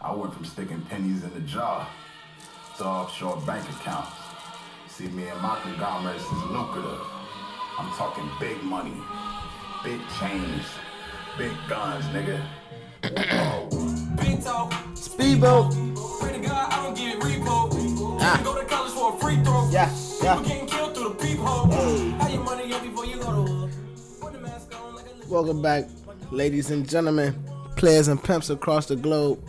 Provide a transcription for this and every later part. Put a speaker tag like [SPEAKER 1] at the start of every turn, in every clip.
[SPEAKER 1] I went from sticking pennies in the jar to offshore bank accounts. See, me and my conglomerates is lucrative. I'm talking big money, big chains, big guns, nigga.
[SPEAKER 2] Pinto.
[SPEAKER 3] Speedboat.
[SPEAKER 2] Pray to God I don't get repo.
[SPEAKER 3] Ah.
[SPEAKER 2] Go to college for a free throw.
[SPEAKER 3] Yeah, yeah.
[SPEAKER 2] People getting killed through the peephole. Have your money up before you go to war. Put the mask on like a little-
[SPEAKER 3] Welcome back, ladies and gentlemen, players and pimps across the globe.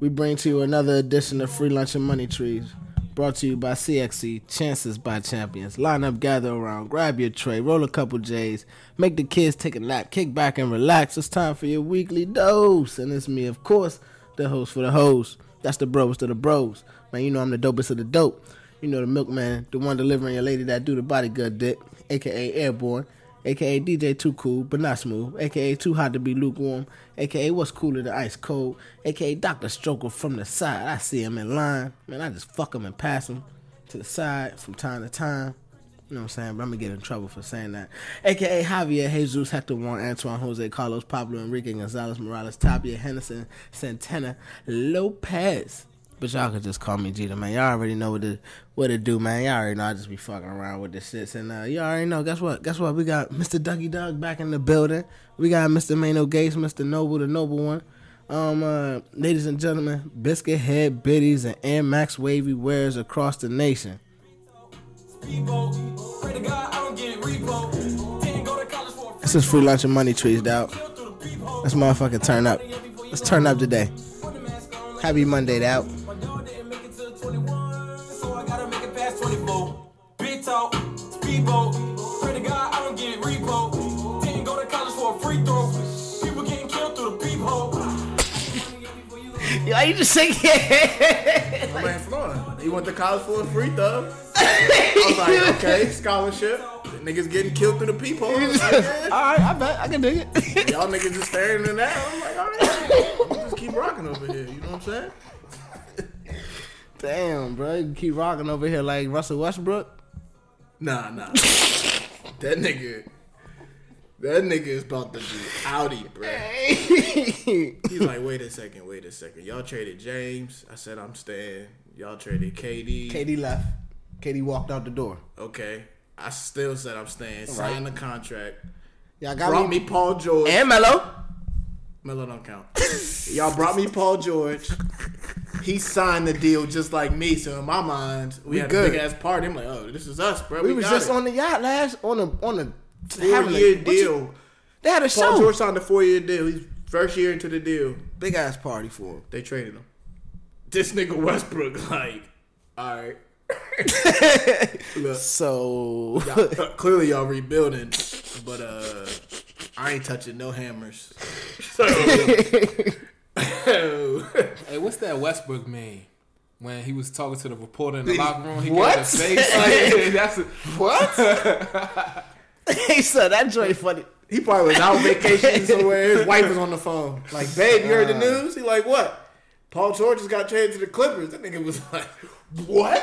[SPEAKER 3] We bring to you another edition of Free Lunch and Money Trees, brought to you by CXC, Chances by Champions. Line up, gather around, grab your tray, roll a couple J's, make the kids take a nap, kick back and relax. It's time for your weekly dose. And it's me, of course, the host for the hoes. That's the bros to the bros. Man, you know I'm the dopest of the dope. You know the milkman, the one delivering your lady that do the body good dick, aka airborne aka DJ Too Cool but not smooth, aka Too Hot to be lukewarm, aka What's Cooler than Ice Cold, aka Doctor Stroker from the side. I see him in line, man. I just fuck him and pass him to the side from time to time. You know what I'm saying? But I'm gonna get in trouble for saying that. AKA Javier, Jesus, Hector Juan, Antoine, Jose, Carlos, Pablo, Enrique, Gonzalez, Morales, Tapia, Henderson, Santana, Lopez. But y'all can just call me Jeter, man. Y'all already know what to what to do, man. Y'all already know I just be fucking around with the shits, and uh, y'all already know. Guess what? Guess what? We got Mr. Dougie Dog back in the building. We got Mr. Mano Gates, Mr. Noble, the Noble One. Um, uh, ladies and gentlemen, biscuit head biddies and Air Max wavy wears across the nation.
[SPEAKER 2] Peephole. Pray to God I don't get repo. Didn't go to college for a free
[SPEAKER 3] This is free lunch and money trees, dog.
[SPEAKER 2] throw through the peephole.
[SPEAKER 3] Let's motherfucking turn up. Let's turn up today.
[SPEAKER 2] Put the mask on like
[SPEAKER 3] Happy Monday, out.
[SPEAKER 2] My dog didn't make it to 21, so I gotta make it past 24. Big talk, speedboat. Pray to God I don't get repo. Didn't go to college for a free throw. People getting killed through the peephole.
[SPEAKER 3] Yo, you just say yeah.
[SPEAKER 4] My man Florida. He went to college for a free throw. I was like, okay, scholarship. Niggas getting killed through the peephole. I'm like, yeah.
[SPEAKER 3] All right, I bet I can dig it.
[SPEAKER 4] Y'all niggas just staring it out. I'm like, all right, I'm just keep rocking over here. You know what I'm saying?
[SPEAKER 3] Damn, bro, you keep rocking over here like Russell Westbrook.
[SPEAKER 4] Nah, nah. that nigga, that nigga is about to be outie, bro. He's like, wait a second, wait a second. Y'all traded James. I said I'm staying. Y'all traded KD.
[SPEAKER 3] Katie left. Katie walked out the door.
[SPEAKER 4] Okay. I still said I'm staying. Signed the contract.
[SPEAKER 3] Y'all got
[SPEAKER 4] Brought me Paul George.
[SPEAKER 3] and Mello.
[SPEAKER 4] Melo don't count. Y'all brought me Paul George. He signed the deal just like me, so in my mind, we, had
[SPEAKER 3] good.
[SPEAKER 4] a big ass party. I'm like, oh, this is us, bro.
[SPEAKER 3] We
[SPEAKER 4] We,
[SPEAKER 3] was
[SPEAKER 4] got
[SPEAKER 3] just
[SPEAKER 4] it.
[SPEAKER 3] on the yacht last on the on the
[SPEAKER 4] four
[SPEAKER 3] having a-
[SPEAKER 4] year
[SPEAKER 3] what you-
[SPEAKER 4] deal.
[SPEAKER 3] they had
[SPEAKER 4] Paul
[SPEAKER 3] a show.
[SPEAKER 4] George signed a four year deal. He's first year into the deal.
[SPEAKER 3] Big ass party for him.
[SPEAKER 4] They traded him. This nigga Westbrook, like, all right. Look,
[SPEAKER 3] So
[SPEAKER 4] y'all- uh, clearly y'all rebuilding, but uh, I ain't touching no hammers. So.
[SPEAKER 5] Hey, what's that Westbrook meme? When he was talking to the reporter in the locker room, he
[SPEAKER 3] What?
[SPEAKER 5] got the face. Like, that's a,
[SPEAKER 3] what? hey, son, that joint funny.
[SPEAKER 4] He probably was out vacationing somewhere. His wife was on the phone. Like, babe, you heard
[SPEAKER 3] Uh.
[SPEAKER 4] the news? He like, what? Paul George just got traded to the Clippers. That nigga was like, what?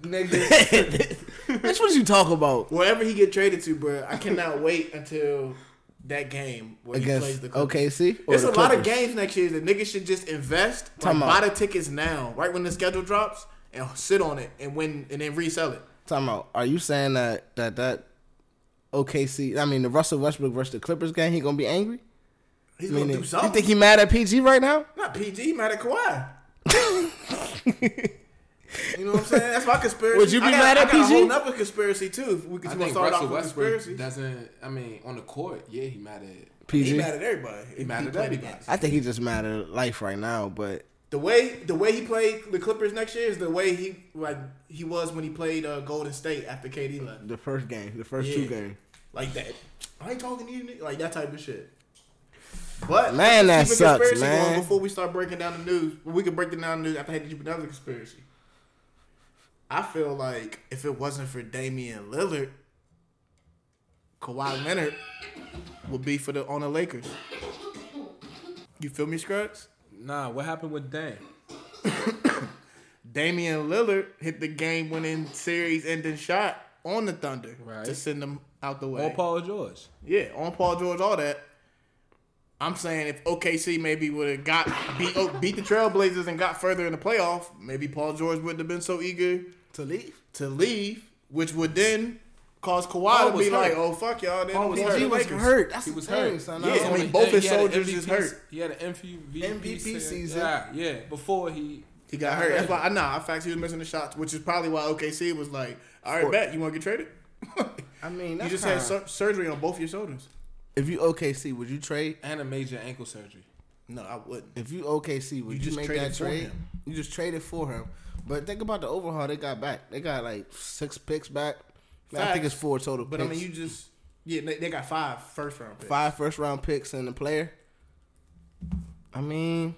[SPEAKER 4] nigga,
[SPEAKER 3] Bitch, what you talk about?
[SPEAKER 4] wherever he get traded to, bro, I cannot wait until that game where he plays
[SPEAKER 3] Against
[SPEAKER 4] the Clippers.
[SPEAKER 3] OKC. or
[SPEAKER 4] There's
[SPEAKER 3] the
[SPEAKER 4] a lot of
[SPEAKER 3] Clippers?
[SPEAKER 4] games next year that niggas should just invest, like,
[SPEAKER 3] Time out.
[SPEAKER 4] buy the tickets now, right when the schedule drops, and sit on it and win, and then resell it.
[SPEAKER 3] Time out. Are you saying that that that OKC? I mean, the Russell Westbrook versus the Clippers game, he gonna be angry?
[SPEAKER 4] He's
[SPEAKER 3] I mean,
[SPEAKER 4] gonna
[SPEAKER 3] you
[SPEAKER 4] do something.
[SPEAKER 3] think he mad at PG right now?
[SPEAKER 4] Not PG, mad at Kawhi. you know what I'm saying? That's my conspiracy.
[SPEAKER 3] Would you be
[SPEAKER 4] I got,
[SPEAKER 3] mad at
[SPEAKER 4] I got
[SPEAKER 3] PG?
[SPEAKER 4] A whole nother conspiracy too. If we
[SPEAKER 5] I
[SPEAKER 4] can
[SPEAKER 5] think
[SPEAKER 4] start
[SPEAKER 5] Russell
[SPEAKER 4] off with
[SPEAKER 5] Westbrook
[SPEAKER 4] conspiracy.
[SPEAKER 5] doesn't. I mean, on the court, yeah, he mad at.
[SPEAKER 3] PG.
[SPEAKER 4] He mad at everybody. He
[SPEAKER 5] mad at
[SPEAKER 4] played
[SPEAKER 5] everybody.
[SPEAKER 4] against.
[SPEAKER 3] I think he just mad at life right now, but
[SPEAKER 4] The way the way he played the Clippers next year is the way he like he was when he played uh, Golden State after KD left.
[SPEAKER 3] the first game, the first
[SPEAKER 4] Yeah.
[SPEAKER 3] two games.
[SPEAKER 4] Like that. I ain't talking to you nigga. like that type of shit. But
[SPEAKER 3] Man,
[SPEAKER 4] let's
[SPEAKER 3] that
[SPEAKER 4] keep a
[SPEAKER 3] sucks,
[SPEAKER 4] conspiracy going
[SPEAKER 3] man.
[SPEAKER 4] Before we start breaking down the news, we can break down the news after I had to do another conspiracy. I feel like if it wasn't for Damian Lillard, Kawhi Leonard would be for the on the Lakers. You feel me, Scruggs?
[SPEAKER 5] Nah, what happened with Dame?
[SPEAKER 4] Damian Lillard hit the game-winning series-ending shot on the Thunder
[SPEAKER 5] Right.
[SPEAKER 4] to send them out the way.
[SPEAKER 5] Or Paul George?
[SPEAKER 4] Yeah, on Paul George, all that. I'm saying if OKC maybe would have got beat oh, beat the Trailblazers and got further in the playoff, maybe Paul George wouldn't have been so eager
[SPEAKER 3] To leave?
[SPEAKER 4] to leave, which would then cause Kawhi
[SPEAKER 5] Paul
[SPEAKER 4] to
[SPEAKER 5] was
[SPEAKER 4] be like,
[SPEAKER 5] hurt.
[SPEAKER 4] "Oh fuck y'all!" Then
[SPEAKER 5] Paul was
[SPEAKER 4] we
[SPEAKER 5] hurt.
[SPEAKER 4] the
[SPEAKER 3] He was
[SPEAKER 4] Lakers."
[SPEAKER 3] hurt. That's
[SPEAKER 5] He
[SPEAKER 3] the
[SPEAKER 5] was
[SPEAKER 3] thing,
[SPEAKER 5] hurt.
[SPEAKER 3] son.
[SPEAKER 4] Yeah,
[SPEAKER 3] I
[SPEAKER 4] I
[SPEAKER 3] mean,
[SPEAKER 4] mean, both his
[SPEAKER 5] he had an
[SPEAKER 4] soldiers is
[SPEAKER 5] MVP
[SPEAKER 4] hurt.
[SPEAKER 5] He had an MVP,
[SPEAKER 3] MVP season.
[SPEAKER 5] Yeah, yeah. Before he
[SPEAKER 4] He got hurt. That's why I nah. I fact he was missing the shots, which is probably why OKC was like, "All right, bet you want to get traded."
[SPEAKER 3] I mean,
[SPEAKER 4] you
[SPEAKER 3] that's
[SPEAKER 4] just had
[SPEAKER 3] kinda-
[SPEAKER 4] sur- surgery on both your shoulders.
[SPEAKER 3] if you OKC, would you trade?
[SPEAKER 5] and a major ankle surgery.
[SPEAKER 4] No, I wouldn't.
[SPEAKER 3] If you OKC, would
[SPEAKER 4] You
[SPEAKER 3] you,
[SPEAKER 4] just
[SPEAKER 3] make
[SPEAKER 4] traded
[SPEAKER 3] that
[SPEAKER 4] for
[SPEAKER 3] trade?
[SPEAKER 4] him.
[SPEAKER 3] You just traded for him. But think about the overhaul they got back. They got like six picks back. Like, I think
[SPEAKER 4] Facts.
[SPEAKER 3] it's four total.
[SPEAKER 4] But I
[SPEAKER 3] picks.
[SPEAKER 4] mean, you just yeah. They, they got five first round picks.
[SPEAKER 3] five first round picks and a player. I mean,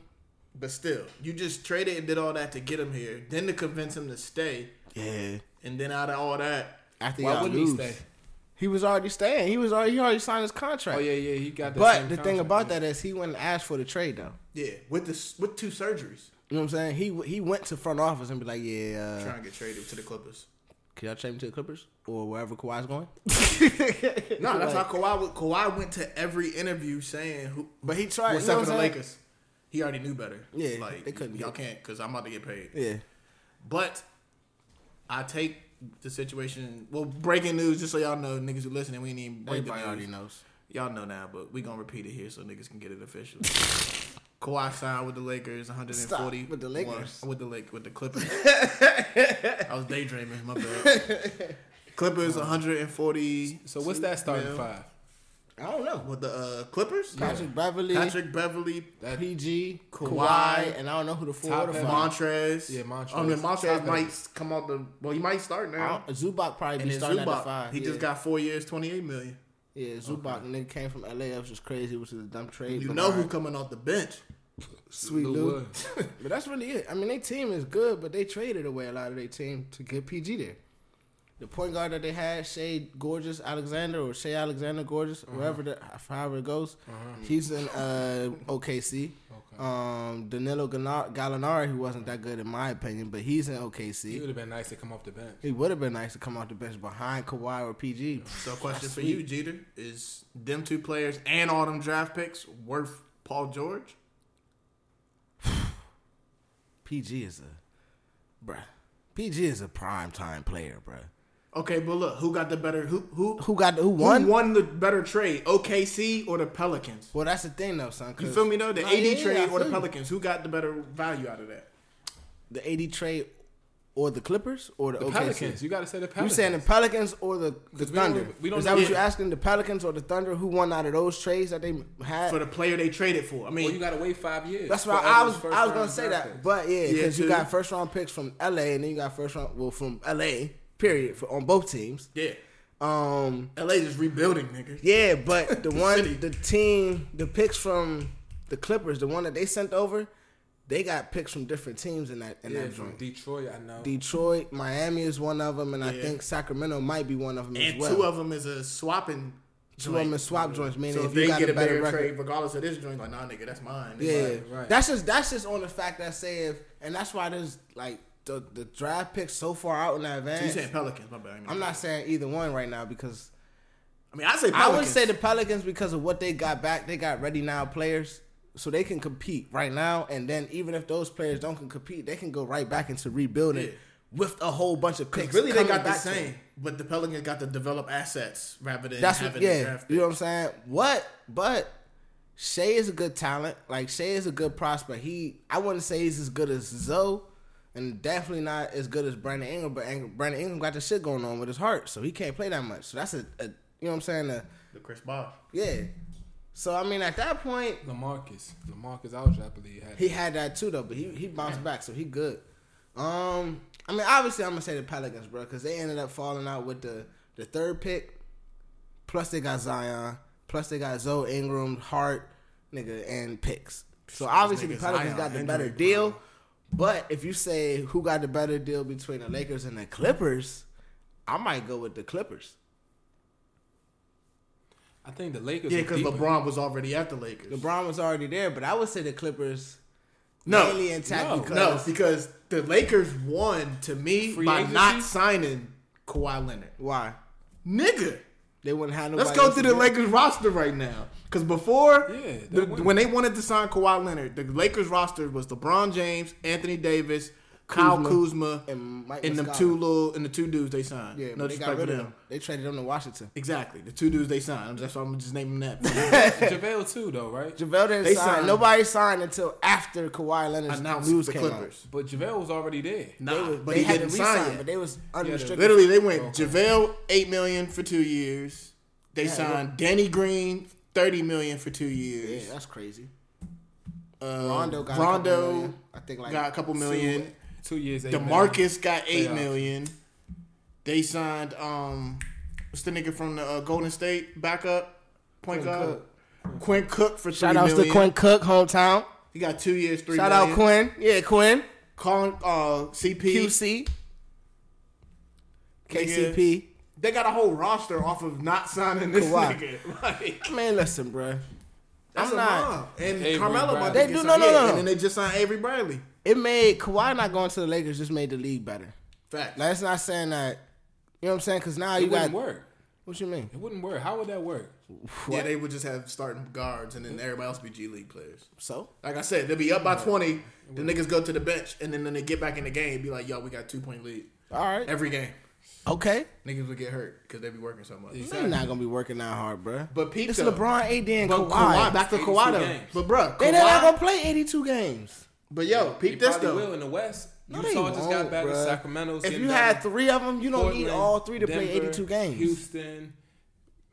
[SPEAKER 4] But still, you just traded and did all that to get him here, then to convince him to stay,
[SPEAKER 3] yeah.
[SPEAKER 4] and then out of all that,
[SPEAKER 3] After
[SPEAKER 5] Why
[SPEAKER 3] y'all
[SPEAKER 5] wouldn't
[SPEAKER 3] lose,
[SPEAKER 5] he stay?
[SPEAKER 3] He was already staying. He was already he already signed his contract.
[SPEAKER 5] Oh yeah, yeah. He got. That
[SPEAKER 3] But the
[SPEAKER 5] same
[SPEAKER 3] thing
[SPEAKER 5] contract,
[SPEAKER 3] about
[SPEAKER 5] yeah.
[SPEAKER 3] that is he went and asked for the trade though.
[SPEAKER 4] yeah, with this with two surgeries,
[SPEAKER 3] You know what I'm saying? He he went to front office and be like, yeah, uh,
[SPEAKER 4] trying to get traded to the Clippers.
[SPEAKER 3] can y'all trade me to the Clippers or wherever Kawhi's going?
[SPEAKER 4] No, that's how Kawhi wa- Kawhi went to every interview saying who,
[SPEAKER 3] But he tried.
[SPEAKER 4] Well,
[SPEAKER 3] you
[SPEAKER 4] except
[SPEAKER 3] know what
[SPEAKER 4] for the
[SPEAKER 3] I'm saying?
[SPEAKER 4] Lakers. He already knew better.
[SPEAKER 3] Yeah,
[SPEAKER 4] like
[SPEAKER 3] they couldn't
[SPEAKER 4] y'all
[SPEAKER 3] get-
[SPEAKER 4] can't because I'm about to get paid.
[SPEAKER 3] Yeah.
[SPEAKER 4] But I take the situation. Well, breaking news, just so y'all know, niggas who listening, we ain't even break the
[SPEAKER 3] Everybody
[SPEAKER 4] news.
[SPEAKER 3] already knows.
[SPEAKER 4] Y'all know now, but we gonna repeat it here so niggas can get it official. Kawhi signed with the Lakers, 140
[SPEAKER 3] Stop, with the Lakers.
[SPEAKER 4] with the Lake, with the Clippers. I was daydreaming. My bad. Clippers, 140.
[SPEAKER 5] So what's that starting
[SPEAKER 4] mil.
[SPEAKER 5] five?
[SPEAKER 3] I don't know.
[SPEAKER 4] With the uh, Clippers,
[SPEAKER 3] Patrick Beverly,
[SPEAKER 4] Patrick Beverly,
[SPEAKER 3] PG, Kawhi,
[SPEAKER 4] Kawhi,
[SPEAKER 3] and I don't know who the uh, four
[SPEAKER 5] Top
[SPEAKER 3] or the
[SPEAKER 5] heavy.
[SPEAKER 3] five.
[SPEAKER 4] Montrez.
[SPEAKER 5] Yeah, Montrez.
[SPEAKER 4] I mean, Montrez
[SPEAKER 5] Top
[SPEAKER 4] might
[SPEAKER 5] heavy.
[SPEAKER 4] come out the. Well, he might start
[SPEAKER 3] I
[SPEAKER 4] now.
[SPEAKER 3] don't- Zubac probably
[SPEAKER 4] And
[SPEAKER 3] be
[SPEAKER 4] then
[SPEAKER 3] starting at the
[SPEAKER 4] Zubac,
[SPEAKER 3] five.
[SPEAKER 4] he
[SPEAKER 3] yeah.
[SPEAKER 4] just got four years, twenty-eight million.
[SPEAKER 3] yeah Zubac nigga came from LA, which is crazy, which is a dumb trade.
[SPEAKER 4] You
[SPEAKER 3] but
[SPEAKER 4] know
[SPEAKER 3] all
[SPEAKER 4] who
[SPEAKER 3] right.
[SPEAKER 4] coming off the bench?
[SPEAKER 3] Sweet
[SPEAKER 5] Lou
[SPEAKER 3] Lou.
[SPEAKER 5] Will.
[SPEAKER 3] but that's really it. I mean, their team is good, but they traded away a lot of their team to get PG there. The point guard that they had, Shea Gorgeous Alexander or Shea Alexander Gorgeous,
[SPEAKER 4] Uh-huh.
[SPEAKER 3] wherever the however it goes, he's in uh, OKC. Um, Danilo Gana- Gallinari, who wasn't that good in my opinion, but he's in
[SPEAKER 5] He would
[SPEAKER 3] OKC.
[SPEAKER 5] have been nice to come off the bench.
[SPEAKER 3] He would have been nice to come off the bench behind Kawhi or PG.
[SPEAKER 4] So, question for you, Jeter: Is them two players and all them draft picks worth Paul George?
[SPEAKER 3] PG is a bruh. PG is a prime time player, bruh.
[SPEAKER 4] Okay, but look, who got the better? Who who
[SPEAKER 3] Who got who
[SPEAKER 4] who
[SPEAKER 3] won?
[SPEAKER 4] won the better trade? OKC or the Pelicans?
[SPEAKER 3] Well, that's the thing though, son.
[SPEAKER 4] You feel me though? The
[SPEAKER 3] Nah,
[SPEAKER 4] AD
[SPEAKER 3] yeah, yeah, I
[SPEAKER 4] trade or
[SPEAKER 3] feel
[SPEAKER 4] the
[SPEAKER 3] you.
[SPEAKER 4] Pelicans? Who got the better value out of that?
[SPEAKER 3] the eighty trade or the Clippers or the,
[SPEAKER 5] The
[SPEAKER 3] OKC?
[SPEAKER 5] Pelicans. You got to say the
[SPEAKER 3] You
[SPEAKER 5] Pelicans.
[SPEAKER 3] saying the Pelicans or the, the
[SPEAKER 5] 'Cause we don't-
[SPEAKER 3] Thunder?
[SPEAKER 5] we don't
[SPEAKER 3] Is that
[SPEAKER 5] know-
[SPEAKER 3] what you're asking? The Pelicans or the Thunder? Who won out of those trades that they had?
[SPEAKER 4] For the player they traded for, I mean,
[SPEAKER 5] Well, you got to wait five years.
[SPEAKER 3] that's
[SPEAKER 5] for
[SPEAKER 3] why
[SPEAKER 5] all
[SPEAKER 3] I
[SPEAKER 5] those
[SPEAKER 3] was
[SPEAKER 5] first
[SPEAKER 3] I was gonna
[SPEAKER 5] round
[SPEAKER 3] say
[SPEAKER 5] draft
[SPEAKER 3] that,
[SPEAKER 5] picks.
[SPEAKER 3] but yeah,
[SPEAKER 4] Yeah,
[SPEAKER 3] because you
[SPEAKER 4] too.
[SPEAKER 3] got first round picks from LA and then you got first round well from LA period for, on both teams.
[SPEAKER 4] yeah,
[SPEAKER 3] Um,
[SPEAKER 4] LA just rebuilding, nigga.
[SPEAKER 3] yeah, but the
[SPEAKER 4] city.
[SPEAKER 3] one the team the picks from the Clippers, the one that they sent over, they got picks from different teams in that in
[SPEAKER 5] Yeah,
[SPEAKER 3] that
[SPEAKER 5] from
[SPEAKER 3] joint.
[SPEAKER 5] Detroit, I know.
[SPEAKER 3] Detroit, Miami is one of them, and I
[SPEAKER 4] Yeah.
[SPEAKER 3] think Sacramento might be one of them
[SPEAKER 4] and
[SPEAKER 3] as well.
[SPEAKER 4] two of them is a swapping.
[SPEAKER 3] Two of them is swap joints, meaning
[SPEAKER 4] So
[SPEAKER 3] if
[SPEAKER 4] if
[SPEAKER 3] you
[SPEAKER 4] they
[SPEAKER 3] got
[SPEAKER 4] get
[SPEAKER 3] a better, record,
[SPEAKER 4] trade, regardless of this joint, like nah, nigga, that's mine.
[SPEAKER 3] yeah,
[SPEAKER 4] It's mine.
[SPEAKER 5] right.
[SPEAKER 3] that's just that's just on the fact that say if, and that's why there's like the the draft picks so far out in
[SPEAKER 4] You
[SPEAKER 3] advance.
[SPEAKER 4] saying Pelicans? My bad. I mean,
[SPEAKER 3] I'm not saying either one right now because
[SPEAKER 4] I mean, I say
[SPEAKER 3] I
[SPEAKER 4] Pelicans.
[SPEAKER 3] would say the Pelicans because of what they got back. They got ready now players, so they can compete right now. And then even if those players don't can compete, they can go right back into rebuilding
[SPEAKER 4] Yeah.
[SPEAKER 3] with a whole bunch of picks.
[SPEAKER 4] really they
[SPEAKER 3] coming
[SPEAKER 4] got the
[SPEAKER 3] back to them.
[SPEAKER 4] same, but the Pelicans got to develop assets rather than
[SPEAKER 3] That's what,
[SPEAKER 4] having
[SPEAKER 3] yeah.
[SPEAKER 4] the draft.
[SPEAKER 3] You know what I'm saying? What? But Shea is a good talent. Like Shea is a good prospect. He, I wouldn't say he's as good as Zoe, and definitely not as good as Brandon Ingram. But Ang- Brandon Ingram got the shit going on with his heart, so he can't play that much. So that's a, a you know what I'm saying? A,
[SPEAKER 4] The Chris Bosh.
[SPEAKER 3] yeah. So I mean, at that point,
[SPEAKER 5] Lamarcus, Lamarcus Aldridge, I believe had.
[SPEAKER 3] he had that too though, but he he bounced back, so he good. Um, I mean, obviously, I'm gonna say the Pelicans, bro, because they ended up falling out with the the third pick. Plus, they got Zion. Plus, they got Zoe Ingram, Hart, nigga, and picks. So obviously, the
[SPEAKER 4] niggas
[SPEAKER 3] Pelicans
[SPEAKER 4] Zion
[SPEAKER 3] got the
[SPEAKER 4] injury
[SPEAKER 3] better
[SPEAKER 4] prone.
[SPEAKER 3] deal. But if you say who got the better deal between the Lakers and the Clippers, I might go with the Clippers.
[SPEAKER 5] I think the Lakers.
[SPEAKER 4] Yeah,
[SPEAKER 5] are
[SPEAKER 4] because
[SPEAKER 5] deeper.
[SPEAKER 4] LeBron was already at the Lakers.
[SPEAKER 3] LeBron was already there, but I would say the Clippers
[SPEAKER 4] no,
[SPEAKER 3] mainly intact
[SPEAKER 5] No.
[SPEAKER 4] no,
[SPEAKER 3] because
[SPEAKER 4] because the Lakers won to me
[SPEAKER 5] Free
[SPEAKER 4] by
[SPEAKER 5] agency?
[SPEAKER 4] not signing Kawhi Leonard.
[SPEAKER 3] why?
[SPEAKER 4] Nigga,
[SPEAKER 3] They wouldn't have nobody.
[SPEAKER 4] Let's go
[SPEAKER 3] else
[SPEAKER 4] through
[SPEAKER 3] to
[SPEAKER 4] the
[SPEAKER 3] do it.
[SPEAKER 4] Lakers roster right now. Because before,
[SPEAKER 5] Yeah, they
[SPEAKER 4] the-
[SPEAKER 5] won.
[SPEAKER 4] when they wanted to sign Kawhi Leonard, the Lakers roster was LeBron James, Anthony Davis, Kyle Kuzma,
[SPEAKER 3] And
[SPEAKER 4] and,
[SPEAKER 3] Mike
[SPEAKER 4] them
[SPEAKER 3] Muscala.
[SPEAKER 4] two little and the two dudes they signed.
[SPEAKER 3] Yeah,
[SPEAKER 4] no
[SPEAKER 3] but they got
[SPEAKER 4] disrespect
[SPEAKER 3] rid
[SPEAKER 4] to
[SPEAKER 3] of
[SPEAKER 4] them.
[SPEAKER 3] them. They traded them to Washington.
[SPEAKER 4] Exactly, the two dudes they signed. That's why I'm just naming that.
[SPEAKER 5] JaVale too, though, right?
[SPEAKER 3] JaVale didn't
[SPEAKER 4] They
[SPEAKER 3] sign.
[SPEAKER 4] signed-
[SPEAKER 3] Nobody signed until after Kawhi Leonard's
[SPEAKER 4] Announced
[SPEAKER 3] news
[SPEAKER 4] the
[SPEAKER 3] came out.
[SPEAKER 4] Clippers.
[SPEAKER 5] But JaVale was already there.
[SPEAKER 4] Nah,
[SPEAKER 3] They, was,
[SPEAKER 4] but
[SPEAKER 3] they
[SPEAKER 4] he
[SPEAKER 3] hadn't
[SPEAKER 4] didn't sign
[SPEAKER 3] re-signed,
[SPEAKER 4] yet.
[SPEAKER 3] but they was unrestricted.
[SPEAKER 4] Literally, they went JaVale eight million for two years. They signed Danny Green thirty million for two
[SPEAKER 3] yeah,
[SPEAKER 4] years.
[SPEAKER 3] that's crazy.
[SPEAKER 4] Uh,
[SPEAKER 3] Rondo got a couple
[SPEAKER 4] Rondo
[SPEAKER 3] million. I think like
[SPEAKER 4] got a couple million.
[SPEAKER 5] Two years. eight million.
[SPEAKER 4] DeMarcus got eight
[SPEAKER 5] Playoffs.
[SPEAKER 4] million. They signed um, what's the nigga from the uh, Golden State backup point guard? Quinn Cook for
[SPEAKER 3] Shout
[SPEAKER 4] three
[SPEAKER 3] outs to
[SPEAKER 4] million.
[SPEAKER 3] Quinn Cook, hometown.
[SPEAKER 4] He got two years, three.
[SPEAKER 3] Shout out Quinn. Yeah, Quinn.
[SPEAKER 4] Colin, uh, CP.
[SPEAKER 3] QC.
[SPEAKER 4] Nigga.
[SPEAKER 3] KCP.
[SPEAKER 4] They got a whole roster off of not signing this
[SPEAKER 3] Kawhi.
[SPEAKER 4] nigga. Like,
[SPEAKER 3] Man, listen, bruh.
[SPEAKER 4] that's
[SPEAKER 3] I'm
[SPEAKER 4] a
[SPEAKER 3] not-
[SPEAKER 4] mob. And
[SPEAKER 5] Avery
[SPEAKER 4] Carmelo about
[SPEAKER 5] Bradley.
[SPEAKER 4] to
[SPEAKER 3] They
[SPEAKER 4] get
[SPEAKER 3] do-
[SPEAKER 4] signed.
[SPEAKER 3] no, no,
[SPEAKER 4] Yeah,
[SPEAKER 3] no.
[SPEAKER 4] And then they just signed Avery Bradley.
[SPEAKER 3] It made Kawhi not going to the Lakers just made the league better.
[SPEAKER 4] Fact.
[SPEAKER 3] Like, that's not saying that. You know what I'm saying? Because now you
[SPEAKER 5] It
[SPEAKER 3] got
[SPEAKER 5] wouldn't work.
[SPEAKER 3] what you mean.
[SPEAKER 5] It wouldn't work. How would that work?
[SPEAKER 4] yeah, they would just have starting guards, and then everybody else be G League players.
[SPEAKER 3] So
[SPEAKER 4] Like I said, they'll be up by twenty. The niggas go to the bench, and then, then they get back in the game. Be like, yo, we got two point lead
[SPEAKER 3] all right,
[SPEAKER 4] every game.
[SPEAKER 3] okay.
[SPEAKER 4] Niggas would get hurt because they be working so much.
[SPEAKER 3] They're not gonna be working that hard, bruh.
[SPEAKER 4] But Pete,
[SPEAKER 3] it's
[SPEAKER 4] though.
[SPEAKER 3] LeBron, AD, and
[SPEAKER 4] But
[SPEAKER 3] Kawhi.
[SPEAKER 4] Kawhi, back to
[SPEAKER 5] 82
[SPEAKER 4] Kawhi though.
[SPEAKER 5] games.
[SPEAKER 4] But bro,
[SPEAKER 3] They not gonna
[SPEAKER 4] Kawhi.
[SPEAKER 3] play 82 games.
[SPEAKER 4] But yo,
[SPEAKER 5] They
[SPEAKER 4] peep this
[SPEAKER 5] probably will
[SPEAKER 4] though.
[SPEAKER 5] in the West.
[SPEAKER 3] No, they
[SPEAKER 5] Utah just got
[SPEAKER 3] won't,
[SPEAKER 5] back to
[SPEAKER 3] bruh.
[SPEAKER 5] Sacramento.
[SPEAKER 3] If
[SPEAKER 5] getting
[SPEAKER 3] you
[SPEAKER 5] better.
[SPEAKER 3] had three of them, you don't need
[SPEAKER 5] Portland,
[SPEAKER 3] all three to play
[SPEAKER 5] Denver,
[SPEAKER 3] 82 games.
[SPEAKER 5] Houston.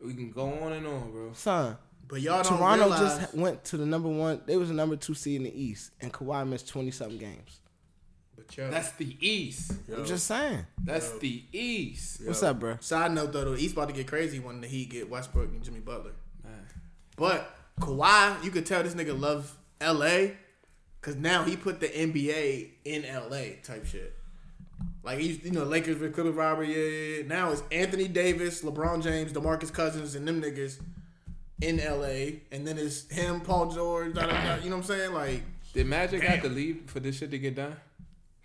[SPEAKER 5] We can go on and on, bro.
[SPEAKER 3] Son,
[SPEAKER 4] But y'all don't
[SPEAKER 3] Toronto
[SPEAKER 4] realize.
[SPEAKER 3] just went to the number one. They was the number two seed in the East, and Kawhi missed 20 something games.
[SPEAKER 4] but yo,
[SPEAKER 5] That's the East.
[SPEAKER 3] I'm just saying.
[SPEAKER 5] That's the East.
[SPEAKER 3] What's up, bruh?
[SPEAKER 4] Side note though, the East about to get crazy when the Heat get Westbrook and Jimmy Butler. But Kawhi, you could tell this nigga loves L.A. because now he put the NBA in L.A. type shit. Like he, used- you know, Lakers with Clipper Robert, yeah, yeah, yeah. Now it's Anthony Davis, LeBron James, DeMarcus Cousins, and them niggas in L.A. And then it's him, Paul George, da, da, da, you know what I'm saying? Like,
[SPEAKER 5] Did Magic have to leave for this shit to get done?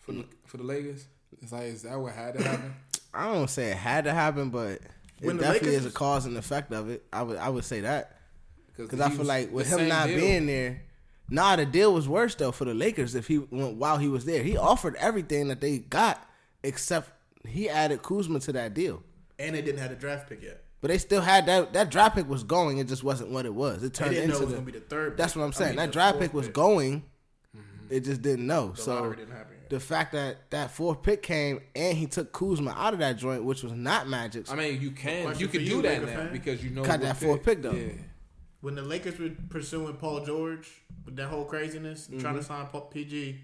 [SPEAKER 5] For the, for the Lakers? It's like, is that what had to happen?
[SPEAKER 3] I don't say it had to happen, but
[SPEAKER 4] When
[SPEAKER 3] it
[SPEAKER 4] the
[SPEAKER 3] definitely
[SPEAKER 4] Lakers
[SPEAKER 3] is a cause and effect of it. I would I would say that because I
[SPEAKER 5] he
[SPEAKER 3] feel
[SPEAKER 5] was
[SPEAKER 3] like with
[SPEAKER 5] the
[SPEAKER 3] him
[SPEAKER 5] same
[SPEAKER 3] not
[SPEAKER 5] deal.
[SPEAKER 3] being there, nah, the deal was worse though for the Lakers. If he went while he was there, he offered everything that they got except he added Kuzma to that deal.
[SPEAKER 4] and they didn't have a draft pick yet.
[SPEAKER 3] But they still had that that draft pick was going. It just wasn't what it was. It
[SPEAKER 4] They
[SPEAKER 3] turned
[SPEAKER 4] didn't know
[SPEAKER 3] into
[SPEAKER 4] it was
[SPEAKER 3] the,
[SPEAKER 4] gonna be the third.
[SPEAKER 3] that's
[SPEAKER 4] pick.
[SPEAKER 3] what I'm
[SPEAKER 4] I
[SPEAKER 3] saying.
[SPEAKER 4] mean,
[SPEAKER 3] that
[SPEAKER 4] the
[SPEAKER 3] draft
[SPEAKER 4] fourth Mm-hmm.
[SPEAKER 3] pick was going. It just didn't know.
[SPEAKER 4] The
[SPEAKER 3] so
[SPEAKER 4] lottery didn't happen yet.
[SPEAKER 3] the fact that that fourth pick came and he took Kuzma out of that joint, which was not Magic's.
[SPEAKER 5] I mean, you can.
[SPEAKER 4] Question
[SPEAKER 5] You
[SPEAKER 4] for
[SPEAKER 5] can
[SPEAKER 4] you,
[SPEAKER 5] do that
[SPEAKER 4] Laker
[SPEAKER 5] now
[SPEAKER 4] fan.
[SPEAKER 5] because you know.
[SPEAKER 3] Got
[SPEAKER 5] what
[SPEAKER 3] that fourth pick, though.
[SPEAKER 5] Yeah.
[SPEAKER 4] when the Lakers were pursuing Paul George with that whole craziness and
[SPEAKER 3] Mm-hmm.
[SPEAKER 4] trying to sign Paul PG,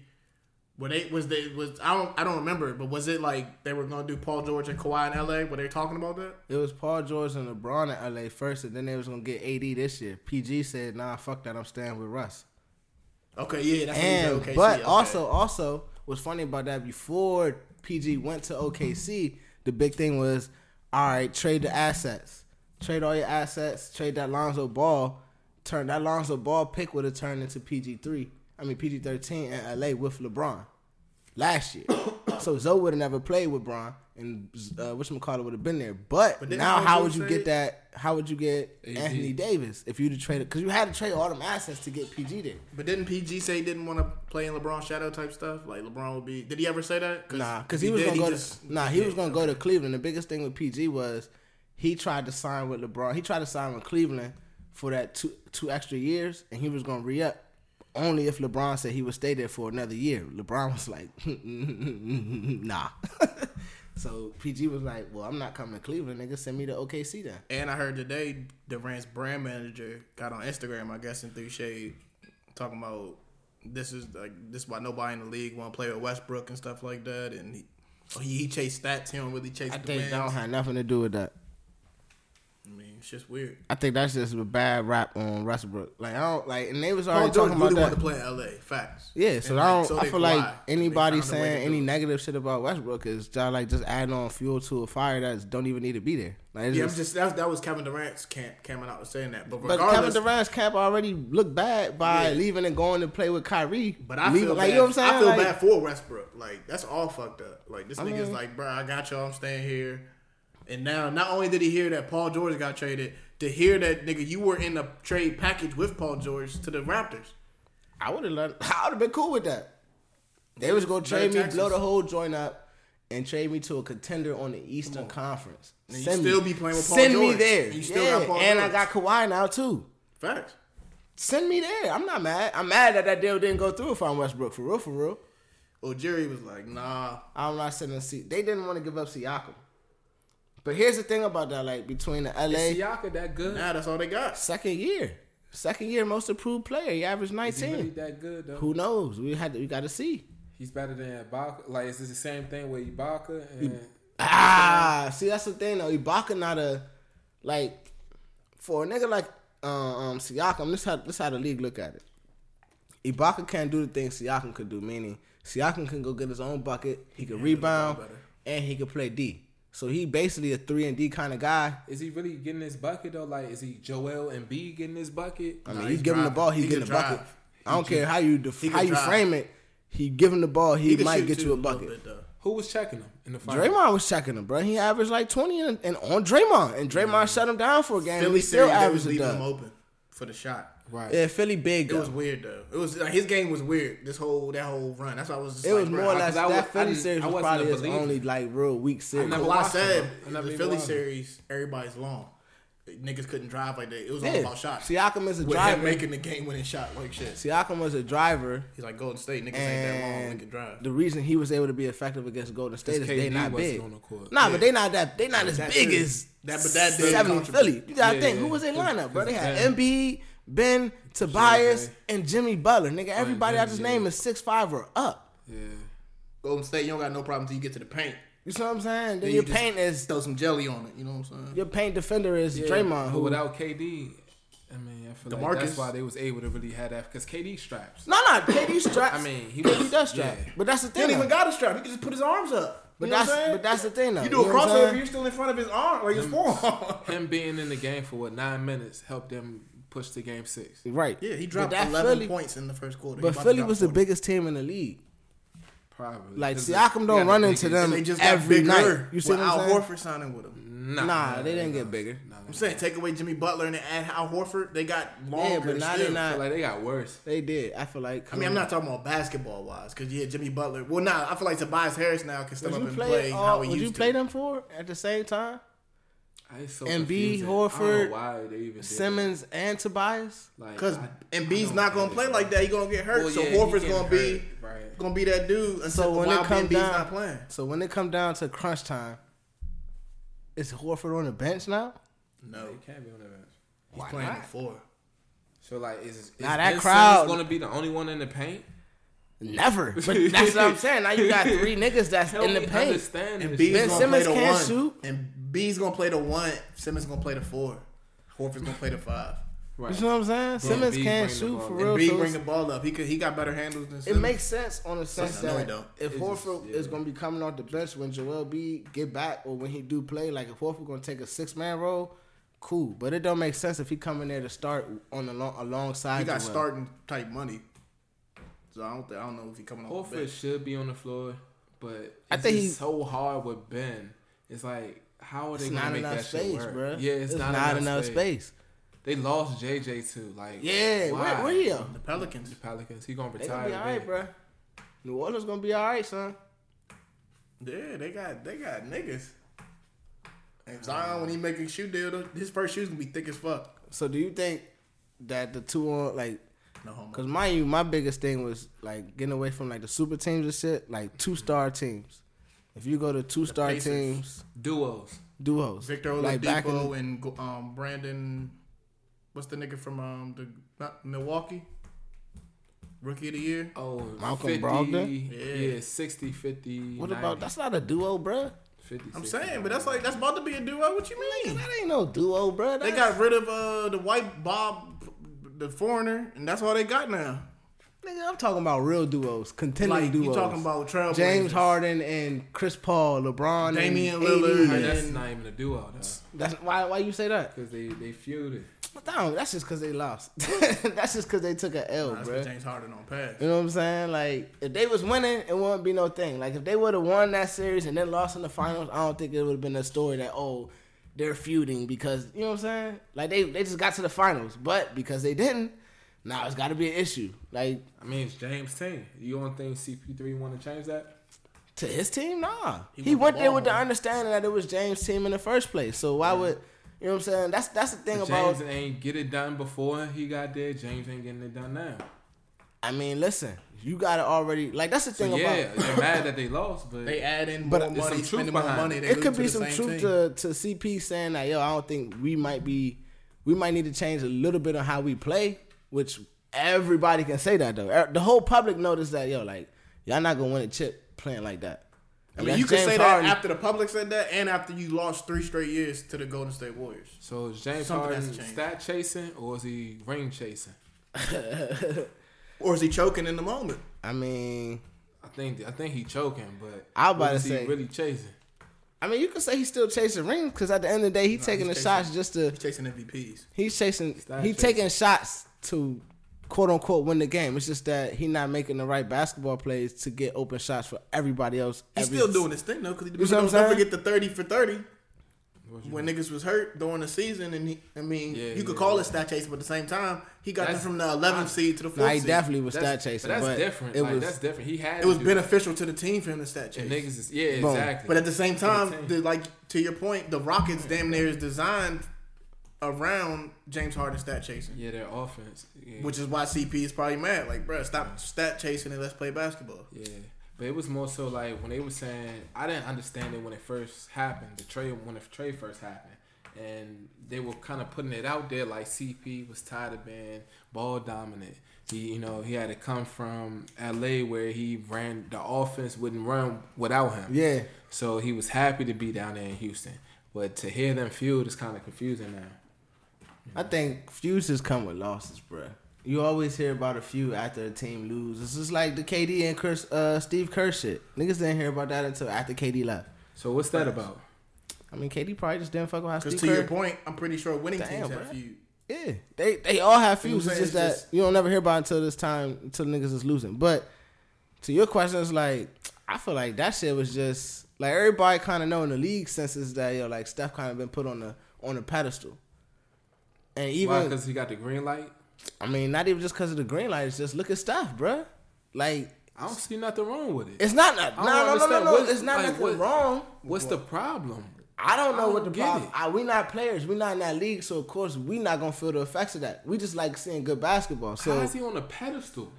[SPEAKER 4] were they was they was I don't I don't remember, but was it like they were gonna do Paul George and Kawhi in LA? Were they talking about that?
[SPEAKER 3] It was Paul George and LeBron at LA first, and then they was gonna get AD this year. PG said, "Nah, fuck that. I'm staying with Russ."
[SPEAKER 4] Okay, yeah, that's
[SPEAKER 3] And
[SPEAKER 4] what he said, OKC,
[SPEAKER 3] but
[SPEAKER 4] okay.
[SPEAKER 3] also, also, what's funny about that? Before PG went to OKC, the big thing was, all right, trade the assets, trade all your assets, trade that Lonzo Ball, turn that Lonzo Ball pick would have turned into PG three. I mean PG thirteen in LA with LeBron last year. so Zoe would have never played with Bron, and uh, whatchamacallit would have been there. But,
[SPEAKER 4] But didn't
[SPEAKER 3] now,
[SPEAKER 4] Lonzo
[SPEAKER 3] how would you
[SPEAKER 4] say-
[SPEAKER 3] get that? How would you get
[SPEAKER 5] AD?
[SPEAKER 3] Anthony Davis if you traded? Because you had to trade all them assets to get PG there.
[SPEAKER 4] But didn't PG say he didn't want to play in LeBron shadow type stuff? Like LeBron would be. Did he ever say that?
[SPEAKER 3] Nah,
[SPEAKER 4] if
[SPEAKER 3] because he was
[SPEAKER 4] did,
[SPEAKER 3] gonna go.
[SPEAKER 4] just-
[SPEAKER 3] to, nah, he was gonna go to Cleveland. The biggest thing with PG was he tried to sign with LeBron. He tried to sign with Cleveland for that two two extra years, and he was gonna re up only if LeBron said he would stay there for another year. LeBron was like, nah. so PG was like, well, I'm not coming to Cleveland, nigga. Send me to OKC then.
[SPEAKER 4] And I heard today Durant's brand manager got on Instagram, I guess, and threw shade, talking about this is like this is why nobody in the league want to play with Westbrook and stuff like that. And he, oh, he, he chased stats, he don't really chase
[SPEAKER 3] I
[SPEAKER 4] the
[SPEAKER 3] think
[SPEAKER 4] wins.
[SPEAKER 3] that don't have nothing to do with that.
[SPEAKER 4] I mean, it's just weird.
[SPEAKER 3] I think that's just a bad rap on Westbrook. Like I don't like, and they was
[SPEAKER 4] Paul
[SPEAKER 3] already
[SPEAKER 4] George
[SPEAKER 3] talking about
[SPEAKER 4] really
[SPEAKER 3] that.
[SPEAKER 4] wanted to play in L.A. Facts.
[SPEAKER 3] Yeah, so
[SPEAKER 4] And,
[SPEAKER 3] I
[SPEAKER 4] like,
[SPEAKER 3] don't.
[SPEAKER 4] so
[SPEAKER 3] I
[SPEAKER 4] did
[SPEAKER 3] feel like
[SPEAKER 4] Kawhi. They
[SPEAKER 3] anybody
[SPEAKER 4] found a way to
[SPEAKER 3] saying
[SPEAKER 4] do
[SPEAKER 3] any
[SPEAKER 4] it.
[SPEAKER 3] negative shit about Westbrook is just like just adding on fuel to a fire that don't even need to be there. Like, it's
[SPEAKER 4] Yeah, I'm
[SPEAKER 3] just,
[SPEAKER 4] just that, that was Kevin Durant's camp coming out and saying that. But
[SPEAKER 3] but
[SPEAKER 4] regardless,
[SPEAKER 3] Kevin Durant's cap already looked bad by leaving and going to play with Kyrie.
[SPEAKER 4] But I
[SPEAKER 3] leaving,
[SPEAKER 4] feel
[SPEAKER 3] like
[SPEAKER 4] bad.
[SPEAKER 3] you know what I'm saying.
[SPEAKER 4] I feel
[SPEAKER 3] Like,
[SPEAKER 4] bad for Westbrook. Like that's all fucked up. Like this nigga's
[SPEAKER 3] mean-
[SPEAKER 4] like, bro, I got y'all. I'm staying here. And now, not only did he hear that Paul George got traded, to hear that nigga, you were in the trade package with Paul George to the Raptors.
[SPEAKER 3] I would have learned. I would have been cool with that. They was gonna trade me,
[SPEAKER 4] taxes.
[SPEAKER 3] blow the whole joint up, and trade me to a contender on the Eastern Conference.
[SPEAKER 4] And you still be playing with Paul
[SPEAKER 3] Send me
[SPEAKER 4] George.
[SPEAKER 3] there.
[SPEAKER 4] And you still
[SPEAKER 3] yeah,
[SPEAKER 4] got Paul
[SPEAKER 3] and I
[SPEAKER 4] George.
[SPEAKER 3] got Kawhi now too.
[SPEAKER 4] Facts.
[SPEAKER 3] Send me there. I'm not mad. I'm mad that that deal didn't go through if I'm Westbrook for real, for real.
[SPEAKER 4] Well, Jerry was like, nah.
[SPEAKER 3] I'm not sending C. They didn't want to give up Siakam. But here's the thing about that, like between the LA
[SPEAKER 5] Siaka that good?
[SPEAKER 4] Now that's all they got.
[SPEAKER 3] second year, second year most improved player, he averaged
[SPEAKER 5] Is he
[SPEAKER 3] 19.
[SPEAKER 5] really that good though?
[SPEAKER 3] Who knows? We had to, we got to see.
[SPEAKER 5] He's better than Ibaka. Like is this the same thing with Ibaka
[SPEAKER 3] Mm.
[SPEAKER 5] and
[SPEAKER 3] Ah, see that's the thing though. Ibaka not a like for a nigga like uh, um Siakam. This how this how the league look at it. Ibaka can't do the things Siakam could do. Meaning Siakam can go get his own bucket. He can rebound and he can play D. So he basically a three and D kind of guy.
[SPEAKER 5] is he really getting this bucket though? Like is he Joel and B getting this bucket?
[SPEAKER 3] I mean,
[SPEAKER 4] Nah,
[SPEAKER 3] he's
[SPEAKER 4] he's
[SPEAKER 3] giving the
[SPEAKER 4] driving.
[SPEAKER 3] ball. He,
[SPEAKER 4] He
[SPEAKER 3] getting the
[SPEAKER 4] can
[SPEAKER 3] bucket.
[SPEAKER 4] drive.
[SPEAKER 3] I don't care how you def-
[SPEAKER 4] He can
[SPEAKER 3] how you
[SPEAKER 4] drive.
[SPEAKER 3] frame it. He giving the ball. He,
[SPEAKER 4] He can
[SPEAKER 3] might
[SPEAKER 4] shoot
[SPEAKER 3] get
[SPEAKER 4] too
[SPEAKER 3] you a
[SPEAKER 4] little
[SPEAKER 3] bucket.
[SPEAKER 4] bit, though.
[SPEAKER 5] Who was checking him in the final?
[SPEAKER 3] Draymond was checking him, bro. He averaged like twenty and, and on Draymond, and Draymond shut him down for a game.
[SPEAKER 4] Philly
[SPEAKER 3] he still
[SPEAKER 4] series, they was
[SPEAKER 3] averaged a
[SPEAKER 4] leaving him
[SPEAKER 3] dub.
[SPEAKER 4] open for the shot.
[SPEAKER 5] Right.
[SPEAKER 3] Yeah, Philly big.
[SPEAKER 4] It
[SPEAKER 3] though.
[SPEAKER 4] was weird though. It was like his game was weird. This whole that whole run. That's why I was. Just
[SPEAKER 3] It
[SPEAKER 4] like,
[SPEAKER 3] was
[SPEAKER 4] bro,
[SPEAKER 3] more or
[SPEAKER 4] I-
[SPEAKER 3] less
[SPEAKER 5] 'cause I
[SPEAKER 3] that
[SPEAKER 5] wa- I
[SPEAKER 3] Philly
[SPEAKER 5] didn't-
[SPEAKER 3] series
[SPEAKER 5] I
[SPEAKER 3] was
[SPEAKER 5] wasn't a
[SPEAKER 3] probably his
[SPEAKER 5] believer.
[SPEAKER 3] only like real weak series.
[SPEAKER 5] never-
[SPEAKER 4] Kawhi
[SPEAKER 5] watched
[SPEAKER 4] said
[SPEAKER 5] him, bro. I never
[SPEAKER 4] the
[SPEAKER 5] even
[SPEAKER 4] Philly
[SPEAKER 5] watched him.
[SPEAKER 4] series everybody's long. Niggas couldn't drive like that. It was all
[SPEAKER 3] Yeah.
[SPEAKER 4] about shots.
[SPEAKER 3] Siakam is a
[SPEAKER 4] With
[SPEAKER 3] driver.
[SPEAKER 4] him making the game winning shot like shit.
[SPEAKER 3] Siakam was a driver,
[SPEAKER 4] He's like Golden State niggas ain't that long. We can
[SPEAKER 3] and
[SPEAKER 4] drive.
[SPEAKER 3] the reason he was able to be effective against Golden State is
[SPEAKER 5] KD
[SPEAKER 3] they not
[SPEAKER 5] wasn't
[SPEAKER 3] big.
[SPEAKER 5] on the court.
[SPEAKER 3] Nah, but they not that. They not as
[SPEAKER 4] That
[SPEAKER 3] big
[SPEAKER 4] too.
[SPEAKER 3] as
[SPEAKER 4] That- but that did
[SPEAKER 3] seventy
[SPEAKER 4] contribute.
[SPEAKER 3] Philly. You gotta
[SPEAKER 5] Yeah,
[SPEAKER 3] think who
[SPEAKER 5] yeah.
[SPEAKER 3] was their lineup, bro? They had
[SPEAKER 5] Damn.
[SPEAKER 3] Embiid, Ben, Tobias,
[SPEAKER 5] Bam.
[SPEAKER 3] and Jimmy Butler. Nigga, everybody
[SPEAKER 5] Jimmy,
[SPEAKER 3] I just named
[SPEAKER 5] yeah.
[SPEAKER 3] is six five or up.
[SPEAKER 5] Yeah.
[SPEAKER 4] Golden State, you don't got no problem until you get to the paint.
[SPEAKER 3] You see what I'm saying? Then
[SPEAKER 4] you
[SPEAKER 3] your
[SPEAKER 4] just-
[SPEAKER 3] paint is
[SPEAKER 4] Throw some jelly on it. You know what I'm saying?
[SPEAKER 3] your paint defender is Draymond.
[SPEAKER 5] But
[SPEAKER 3] Who
[SPEAKER 5] without KD, I mean, I feel like
[SPEAKER 4] DeMarcus.
[SPEAKER 5] that's why they was able to really have that because KD straps.
[SPEAKER 3] No, no, KD straps.
[SPEAKER 5] I mean, he
[SPEAKER 3] KD
[SPEAKER 5] was-
[SPEAKER 3] does strap,
[SPEAKER 5] yeah.
[SPEAKER 3] but that's the
[SPEAKER 4] He
[SPEAKER 3] thing.
[SPEAKER 4] don't even
[SPEAKER 3] though.
[SPEAKER 4] got a strap. He can just put his arms up.
[SPEAKER 3] but
[SPEAKER 4] You know what I'm
[SPEAKER 3] that's
[SPEAKER 4] saying?
[SPEAKER 3] but that's the thing. Though.
[SPEAKER 4] you do a
[SPEAKER 3] know what I'm saying?
[SPEAKER 4] crossover, you're still in front of his arm, like his forearm.
[SPEAKER 5] Him being in the game for what nine minutes helped them push to game six.
[SPEAKER 3] right?
[SPEAKER 4] Yeah, he
[SPEAKER 3] But
[SPEAKER 4] dropped
[SPEAKER 3] that
[SPEAKER 4] 11
[SPEAKER 3] Philly-
[SPEAKER 4] points in the first quarter. He
[SPEAKER 3] But
[SPEAKER 4] about to
[SPEAKER 3] Philly
[SPEAKER 4] drop
[SPEAKER 3] was the
[SPEAKER 4] 40.
[SPEAKER 3] biggest team in the league.
[SPEAKER 5] Probably
[SPEAKER 3] Like
[SPEAKER 5] 'Cause
[SPEAKER 3] Siakam
[SPEAKER 5] they
[SPEAKER 3] don't
[SPEAKER 5] got
[SPEAKER 3] run
[SPEAKER 5] the
[SPEAKER 3] into
[SPEAKER 5] biggest-
[SPEAKER 3] them
[SPEAKER 4] They just
[SPEAKER 3] um, every
[SPEAKER 4] got bigger.
[SPEAKER 3] night. You see
[SPEAKER 4] with
[SPEAKER 3] what I'm
[SPEAKER 4] Al
[SPEAKER 3] saying?
[SPEAKER 4] Horford signing with him.
[SPEAKER 5] Nah,
[SPEAKER 3] Nah, they didn't get bigger.
[SPEAKER 5] Nah,
[SPEAKER 4] I'm
[SPEAKER 5] nah.
[SPEAKER 4] saying take away Jimmy Butler and then add Al Horford. They got longer.
[SPEAKER 3] Yeah, but now
[SPEAKER 4] still.
[SPEAKER 3] they
[SPEAKER 5] I feel
[SPEAKER 3] not. uh,
[SPEAKER 5] like they got worse.
[SPEAKER 3] They did. I feel like.
[SPEAKER 4] I mean, I'm not talking about basketball wise, because yeah, Jimmy Butler. Well, nah, I feel like Tobias Harris now can step
[SPEAKER 3] Would
[SPEAKER 4] up
[SPEAKER 3] you
[SPEAKER 4] and
[SPEAKER 3] play?
[SPEAKER 4] play,
[SPEAKER 3] all,
[SPEAKER 4] how he
[SPEAKER 3] would
[SPEAKER 4] used
[SPEAKER 3] you play
[SPEAKER 4] to.
[SPEAKER 3] them four at the same time?
[SPEAKER 5] I it's so
[SPEAKER 3] Embiid,
[SPEAKER 5] confusing. I
[SPEAKER 3] Horford,
[SPEAKER 5] don't know why they even did it.
[SPEAKER 3] Simmons and Tobias.
[SPEAKER 5] Like,
[SPEAKER 4] Because
[SPEAKER 5] I- I
[SPEAKER 4] Embiid's
[SPEAKER 5] don't
[SPEAKER 4] not gonna
[SPEAKER 5] get it.
[SPEAKER 4] play like that. He gonna get hurt.
[SPEAKER 5] Well,
[SPEAKER 4] so
[SPEAKER 5] yeah, he
[SPEAKER 4] Horford's
[SPEAKER 5] getting
[SPEAKER 4] gonna be
[SPEAKER 5] hurt, right.
[SPEAKER 4] gonna be that dude. Until
[SPEAKER 3] So when it
[SPEAKER 4] while
[SPEAKER 3] comes
[SPEAKER 4] Embiid's
[SPEAKER 3] down,
[SPEAKER 4] not playing.
[SPEAKER 3] so when it come down to crunch time, is Horford on the bench now?
[SPEAKER 4] No,
[SPEAKER 5] They can't be on the bench.
[SPEAKER 4] he's playing at four.
[SPEAKER 5] So like, is, is
[SPEAKER 3] Nah, that
[SPEAKER 5] Ben Simmons
[SPEAKER 3] crowd-
[SPEAKER 5] gonna be the only one in the paint?
[SPEAKER 3] Never. But that's what I'm saying. Now you got three niggas that's
[SPEAKER 5] Help
[SPEAKER 3] in the
[SPEAKER 5] me
[SPEAKER 3] paint.
[SPEAKER 5] Understand
[SPEAKER 4] And
[SPEAKER 5] this
[SPEAKER 4] B's
[SPEAKER 5] shit.
[SPEAKER 3] Ben
[SPEAKER 4] gonna
[SPEAKER 3] Simmons
[SPEAKER 4] play the
[SPEAKER 3] can't
[SPEAKER 4] one.
[SPEAKER 3] shoot.
[SPEAKER 4] And B's gonna play the one. Simmons gonna play the four. Horford's gonna play the five.
[SPEAKER 5] Right.
[SPEAKER 3] You know what I'm saying? Simmons
[SPEAKER 5] Embiid
[SPEAKER 3] can't
[SPEAKER 5] bring the
[SPEAKER 3] shoot
[SPEAKER 5] ball.
[SPEAKER 3] for
[SPEAKER 5] And
[SPEAKER 3] real.
[SPEAKER 4] B
[SPEAKER 3] so
[SPEAKER 4] bring the
[SPEAKER 3] it's-
[SPEAKER 4] ball up. He could. He got better handles than.
[SPEAKER 3] it
[SPEAKER 4] Simmons.
[SPEAKER 3] makes sense on the sense
[SPEAKER 4] No,
[SPEAKER 3] that
[SPEAKER 4] it don't.
[SPEAKER 3] if
[SPEAKER 5] It
[SPEAKER 3] Horford
[SPEAKER 5] just- yeah.
[SPEAKER 3] is going to be coming off the bench when Joel B get back or when he do play, like if Horford going to take a six man role, cool. But it don't make sense if he coming there to start on the long, alongside.
[SPEAKER 4] He got
[SPEAKER 3] Joel.
[SPEAKER 4] starting type money. So I don't. Think, I don't know if he coming off the
[SPEAKER 5] Horford
[SPEAKER 4] bench.
[SPEAKER 5] should be on the floor, but
[SPEAKER 3] Oh, I
[SPEAKER 5] I think
[SPEAKER 3] think he-
[SPEAKER 5] he's so hard with Ben. It's like how are they
[SPEAKER 3] It's
[SPEAKER 5] gonna
[SPEAKER 3] not
[SPEAKER 5] make
[SPEAKER 3] enough
[SPEAKER 5] that
[SPEAKER 3] space,
[SPEAKER 5] shit work?
[SPEAKER 3] bro.
[SPEAKER 5] Yeah, it's, not, enough, space.
[SPEAKER 3] space.
[SPEAKER 5] They lost JJ too. Like
[SPEAKER 3] Yeah, where,
[SPEAKER 5] why?
[SPEAKER 3] where he at?
[SPEAKER 4] The Pelicans.
[SPEAKER 5] The Pelicans. He gonna
[SPEAKER 3] They
[SPEAKER 5] retire.
[SPEAKER 3] gonna be all right,
[SPEAKER 5] today.
[SPEAKER 3] bro. New Orleans gonna be all right, son.
[SPEAKER 4] Yeah, they got they got niggas. And Zion, when he make a shoe deal, though, his first shoe's gonna be thick as fuck.
[SPEAKER 3] So do you think that the two on like?
[SPEAKER 4] No homo.
[SPEAKER 3] Cause mind you, my biggest thing was like getting away from like the super teams and shit, like two star teams. If you go to two star
[SPEAKER 4] Mm-hmm. Pacers.
[SPEAKER 3] teams,
[SPEAKER 5] Duos.
[SPEAKER 3] duos,
[SPEAKER 4] Victor
[SPEAKER 3] like back in
[SPEAKER 4] Oladipo and Go- um, Brandon. What's the nigga from um the not Milwaukee? Rookie of the year.
[SPEAKER 5] Oh,
[SPEAKER 3] Malcolm
[SPEAKER 5] 50,
[SPEAKER 3] Brogdon?
[SPEAKER 5] Yeah. 60, 50.
[SPEAKER 3] what
[SPEAKER 5] 90,
[SPEAKER 3] about that's not a duo, bruh.
[SPEAKER 5] 50,
[SPEAKER 4] I'm
[SPEAKER 5] 60.
[SPEAKER 4] saying, but that's like that's about to be a duo. What you mean?
[SPEAKER 3] That ain't no duo, bruh.
[SPEAKER 4] They got rid of uh the white Bob, the foreigner, and that's all they got now.
[SPEAKER 3] nigga. I'm talking about real duos, contending
[SPEAKER 4] Like
[SPEAKER 3] duos.
[SPEAKER 4] you talking about Trail
[SPEAKER 3] James
[SPEAKER 4] Blazers.
[SPEAKER 3] Harden and Chris Paul, LeBron, and
[SPEAKER 4] Damian
[SPEAKER 3] AD.
[SPEAKER 4] Lillard.
[SPEAKER 5] Hey, that's
[SPEAKER 4] And-
[SPEAKER 5] not even a duo though,
[SPEAKER 3] That's why. Why you say that?
[SPEAKER 5] because they they feuded.
[SPEAKER 3] No, that's just because they lost. that's just because they took a L,
[SPEAKER 4] That's
[SPEAKER 3] bro.
[SPEAKER 4] what James Harden on pass.
[SPEAKER 3] You know what I'm saying? Like, if they was winning, it wouldn't be no thing. Like, if they would have won that series and then lost in the finals, I don't think it would have been a story that oh, they're feuding because you know what I'm saying. Like they they just got to the finals, but because they didn't, now it's got to be an issue. Like
[SPEAKER 5] I mean, it's James' team. You don't think CP3 want to change that?
[SPEAKER 3] to his team, nah. He,
[SPEAKER 4] went
[SPEAKER 3] went
[SPEAKER 4] the
[SPEAKER 3] there with
[SPEAKER 4] ball.
[SPEAKER 3] the understanding that it was James' team in the first place. So why would you know what I'm saying? That's that's the thing about.
[SPEAKER 5] James ain't get it done before he got there. James ain't getting it done now.
[SPEAKER 3] I mean, listen, you gotta already like that's the thing
[SPEAKER 5] So yeah,
[SPEAKER 3] about.
[SPEAKER 5] they're mad that they lost, but
[SPEAKER 4] They add in
[SPEAKER 3] But
[SPEAKER 4] more
[SPEAKER 5] there's
[SPEAKER 4] money,
[SPEAKER 5] some truth
[SPEAKER 4] spending more
[SPEAKER 5] behind
[SPEAKER 4] money.
[SPEAKER 5] it.
[SPEAKER 4] They
[SPEAKER 3] it could
[SPEAKER 4] lose to the
[SPEAKER 3] be some
[SPEAKER 4] same
[SPEAKER 3] truth
[SPEAKER 4] team.
[SPEAKER 3] to, to CP saying that yo, I don't think we might be, we might need to change a little bit on how we play, which everybody can say that though. Er- The whole public noticed that yo, like y'all not gonna win a chip playing like that.
[SPEAKER 4] I mean, you could say that after the public said that, and after you lost three straight years to the Golden State Warriors.
[SPEAKER 5] so is James
[SPEAKER 4] Something has
[SPEAKER 5] Harden
[SPEAKER 4] to change.
[SPEAKER 5] stat chasing or is he ring chasing?
[SPEAKER 4] Or is he choking in the moment?
[SPEAKER 3] I mean,
[SPEAKER 5] I think I think he choking, but
[SPEAKER 3] I was about
[SPEAKER 5] what
[SPEAKER 3] to
[SPEAKER 5] is
[SPEAKER 3] say-
[SPEAKER 5] he really chasing?
[SPEAKER 3] I mean, you could say he's still chasing rings because at the end of the day, he's taking the
[SPEAKER 4] he's
[SPEAKER 3] shots
[SPEAKER 4] chasing-
[SPEAKER 3] just to
[SPEAKER 4] He's chasing MVPs.
[SPEAKER 3] he's chasing
[SPEAKER 5] not
[SPEAKER 3] he's
[SPEAKER 5] chasing.
[SPEAKER 3] taking shots to quote unquote win the game. It's just that he not making the right basketball plays to get open shots for everybody else.
[SPEAKER 4] He's
[SPEAKER 3] every
[SPEAKER 4] still doing his thing though, because
[SPEAKER 3] You see what I'm
[SPEAKER 4] don't, don't
[SPEAKER 3] saying?
[SPEAKER 4] forget the thirty for thirty
[SPEAKER 5] What you
[SPEAKER 4] when niggas was hurt during the season, and he, I mean,
[SPEAKER 5] Yeah,
[SPEAKER 4] you could
[SPEAKER 5] yeah,
[SPEAKER 4] call
[SPEAKER 5] yeah.
[SPEAKER 4] it stat chase, but at the same time, he got them
[SPEAKER 5] That's-
[SPEAKER 4] from the eleventh seed to the
[SPEAKER 3] No,
[SPEAKER 4] fourth
[SPEAKER 3] he
[SPEAKER 4] seed.
[SPEAKER 3] definitely was stat
[SPEAKER 5] That's-
[SPEAKER 3] chasing.
[SPEAKER 5] but that's
[SPEAKER 3] but
[SPEAKER 5] different.
[SPEAKER 3] It
[SPEAKER 5] like
[SPEAKER 3] was
[SPEAKER 5] that's different. He had
[SPEAKER 4] It was
[SPEAKER 5] to do that.
[SPEAKER 4] beneficial to the team for him to stat chase.
[SPEAKER 5] And niggas is yeah,
[SPEAKER 3] Boom.
[SPEAKER 5] exactly.
[SPEAKER 4] But at the same time,
[SPEAKER 5] Same.
[SPEAKER 4] the, like to your point, the Rockets damn near is designed around James Harden stat chasing,
[SPEAKER 5] yeah, their offense. Yeah.
[SPEAKER 4] which is why CP is probably mad. Like, bruh, stop stat chasing and let's play basketball.
[SPEAKER 5] Yeah, but it was more so like when they were saying I didn't understand it when it first happened. The trade when the trade first happened, and they were kind of putting it out there like CP was tired of being ball dominant. He, you know, he had to come from LA where he ran the offense wouldn't run without him.
[SPEAKER 3] Yeah.
[SPEAKER 5] So he was happy to be down there in Houston, but to hear them field is kind of confusing now.
[SPEAKER 3] I think fuses come with losses, bruh. You always hear about a few after a team lose. It's just like the KD and Chris, uh, Steve Kerr shit. Niggas didn't hear about that until after KD left.
[SPEAKER 5] So what's that about?
[SPEAKER 3] I mean, KD probably just didn't fuck with how
[SPEAKER 4] Because
[SPEAKER 3] Steve
[SPEAKER 4] to
[SPEAKER 3] Kerr.
[SPEAKER 4] your point, I'm pretty sure winning
[SPEAKER 3] Damn,
[SPEAKER 4] teams have
[SPEAKER 3] bruh.
[SPEAKER 4] few.
[SPEAKER 3] Yeah, they they all have
[SPEAKER 4] You know what I'm
[SPEAKER 3] feuds. It's
[SPEAKER 4] saying?
[SPEAKER 3] just that
[SPEAKER 4] It's just-
[SPEAKER 3] you don't never hear about it until this time until niggas is losing. But to your question, it's like I feel like that shit was just like everybody kind of know in the league sense is that yo like Steph kind of been put on the on the pedestal, and
[SPEAKER 5] Why?
[SPEAKER 3] even
[SPEAKER 5] Because he got the green light.
[SPEAKER 3] I mean not even just because of the green light. It's just look at Steph, bruh. Like
[SPEAKER 5] I don't see nothing wrong with it.
[SPEAKER 3] it's not not no
[SPEAKER 5] don't
[SPEAKER 3] no no no,
[SPEAKER 5] understand.
[SPEAKER 3] no.
[SPEAKER 5] What-
[SPEAKER 3] it's not
[SPEAKER 5] like,
[SPEAKER 3] nothing
[SPEAKER 5] what-
[SPEAKER 3] wrong.
[SPEAKER 5] What's the problem?
[SPEAKER 3] I don't know
[SPEAKER 5] I
[SPEAKER 3] what the
[SPEAKER 5] don't get
[SPEAKER 3] problem.
[SPEAKER 5] it.
[SPEAKER 3] I, we not players. We not in that league, so of course we not gonna feel the effects of that. We just like seeing good basketball. So
[SPEAKER 5] How is he on a pedestal?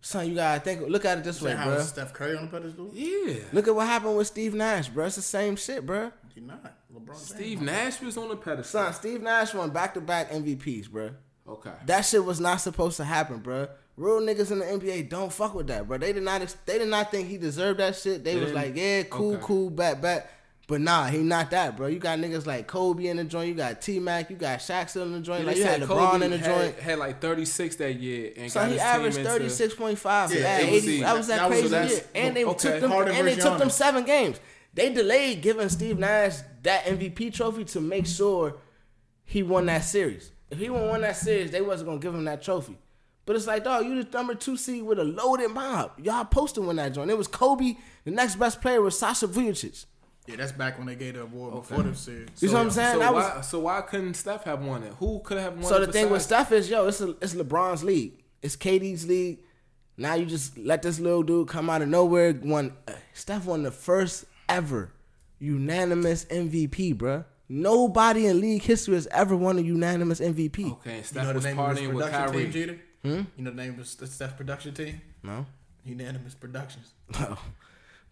[SPEAKER 3] Son, you gotta think. Look at it this way,
[SPEAKER 4] Like, how
[SPEAKER 3] bro.
[SPEAKER 4] is Steph Curry on the pedestal?
[SPEAKER 5] Yeah.
[SPEAKER 3] Look at what happened with Steve Nash, bro. It's the same shit, bro.
[SPEAKER 4] He not. LeBron James.
[SPEAKER 5] Steve Nash was on a pedestal.
[SPEAKER 3] Son, Steve Nash won back-to-back MVPs, bro.
[SPEAKER 5] Okay.
[SPEAKER 3] That shit was not supposed to happen, bro. Real niggas in the NBA don't fuck with that, bro. They did not. ex- They did not think he deserved that shit. They was
[SPEAKER 5] Then-
[SPEAKER 3] like, yeah, cool,
[SPEAKER 5] okay.
[SPEAKER 3] cool, back, back. But nah, he not that, bro. You got niggas like Kobe in the joint. You got T Mac. You got Shaq still in the joint. like
[SPEAKER 5] They
[SPEAKER 3] you
[SPEAKER 5] said
[SPEAKER 3] had LeBron
[SPEAKER 5] Kobe
[SPEAKER 3] in the
[SPEAKER 5] had,
[SPEAKER 3] joint.
[SPEAKER 5] Had like 36 that year and
[SPEAKER 3] So
[SPEAKER 5] got
[SPEAKER 3] he
[SPEAKER 5] his
[SPEAKER 3] averaged
[SPEAKER 5] team into-
[SPEAKER 3] thirty six point five.
[SPEAKER 4] Yeah,
[SPEAKER 3] Yeah,
[SPEAKER 4] it
[SPEAKER 5] was-
[SPEAKER 3] That was that,
[SPEAKER 4] that was-
[SPEAKER 3] crazy
[SPEAKER 4] that's-
[SPEAKER 3] year. And they
[SPEAKER 5] okay.
[SPEAKER 3] took them
[SPEAKER 4] Harden
[SPEAKER 3] and they
[SPEAKER 4] versus
[SPEAKER 3] took them
[SPEAKER 4] Giannis.
[SPEAKER 3] seven games. They delayed giving Steve Nash that MVP trophy to make sure he won that series. If he won won that series, they wasn't gonna give him that trophy. But it's like, dog, you the number two seed with a loaded mob. Y'all supposed to win that joint. It was Kobe. The next best player was Sasha Vujacic.
[SPEAKER 4] Yeah, that's back when they gave the award before the series.
[SPEAKER 3] You see
[SPEAKER 4] So,
[SPEAKER 3] what I'm saying?
[SPEAKER 5] So
[SPEAKER 3] that was
[SPEAKER 5] why, so why couldn't Steph have won it? Who could have won
[SPEAKER 3] So
[SPEAKER 5] it?
[SPEAKER 3] the thing with
[SPEAKER 5] besides-
[SPEAKER 3] Steph is, yo, it's a, it's LeBron's league. It's KD's league. Now you just let this little dude come out of nowhere. Won uh, Steph won the first ever unanimous MVP, bruh. Nobody in league history has ever won a unanimous MVP.
[SPEAKER 5] Okay, and Steph
[SPEAKER 4] You know
[SPEAKER 5] was
[SPEAKER 4] the name of his
[SPEAKER 5] partying with
[SPEAKER 4] production
[SPEAKER 5] Kyrie.
[SPEAKER 4] team,
[SPEAKER 5] Hmm?
[SPEAKER 4] Jeter? You know the name of his- the Steph production team?
[SPEAKER 3] No.
[SPEAKER 4] Unanimous Productions.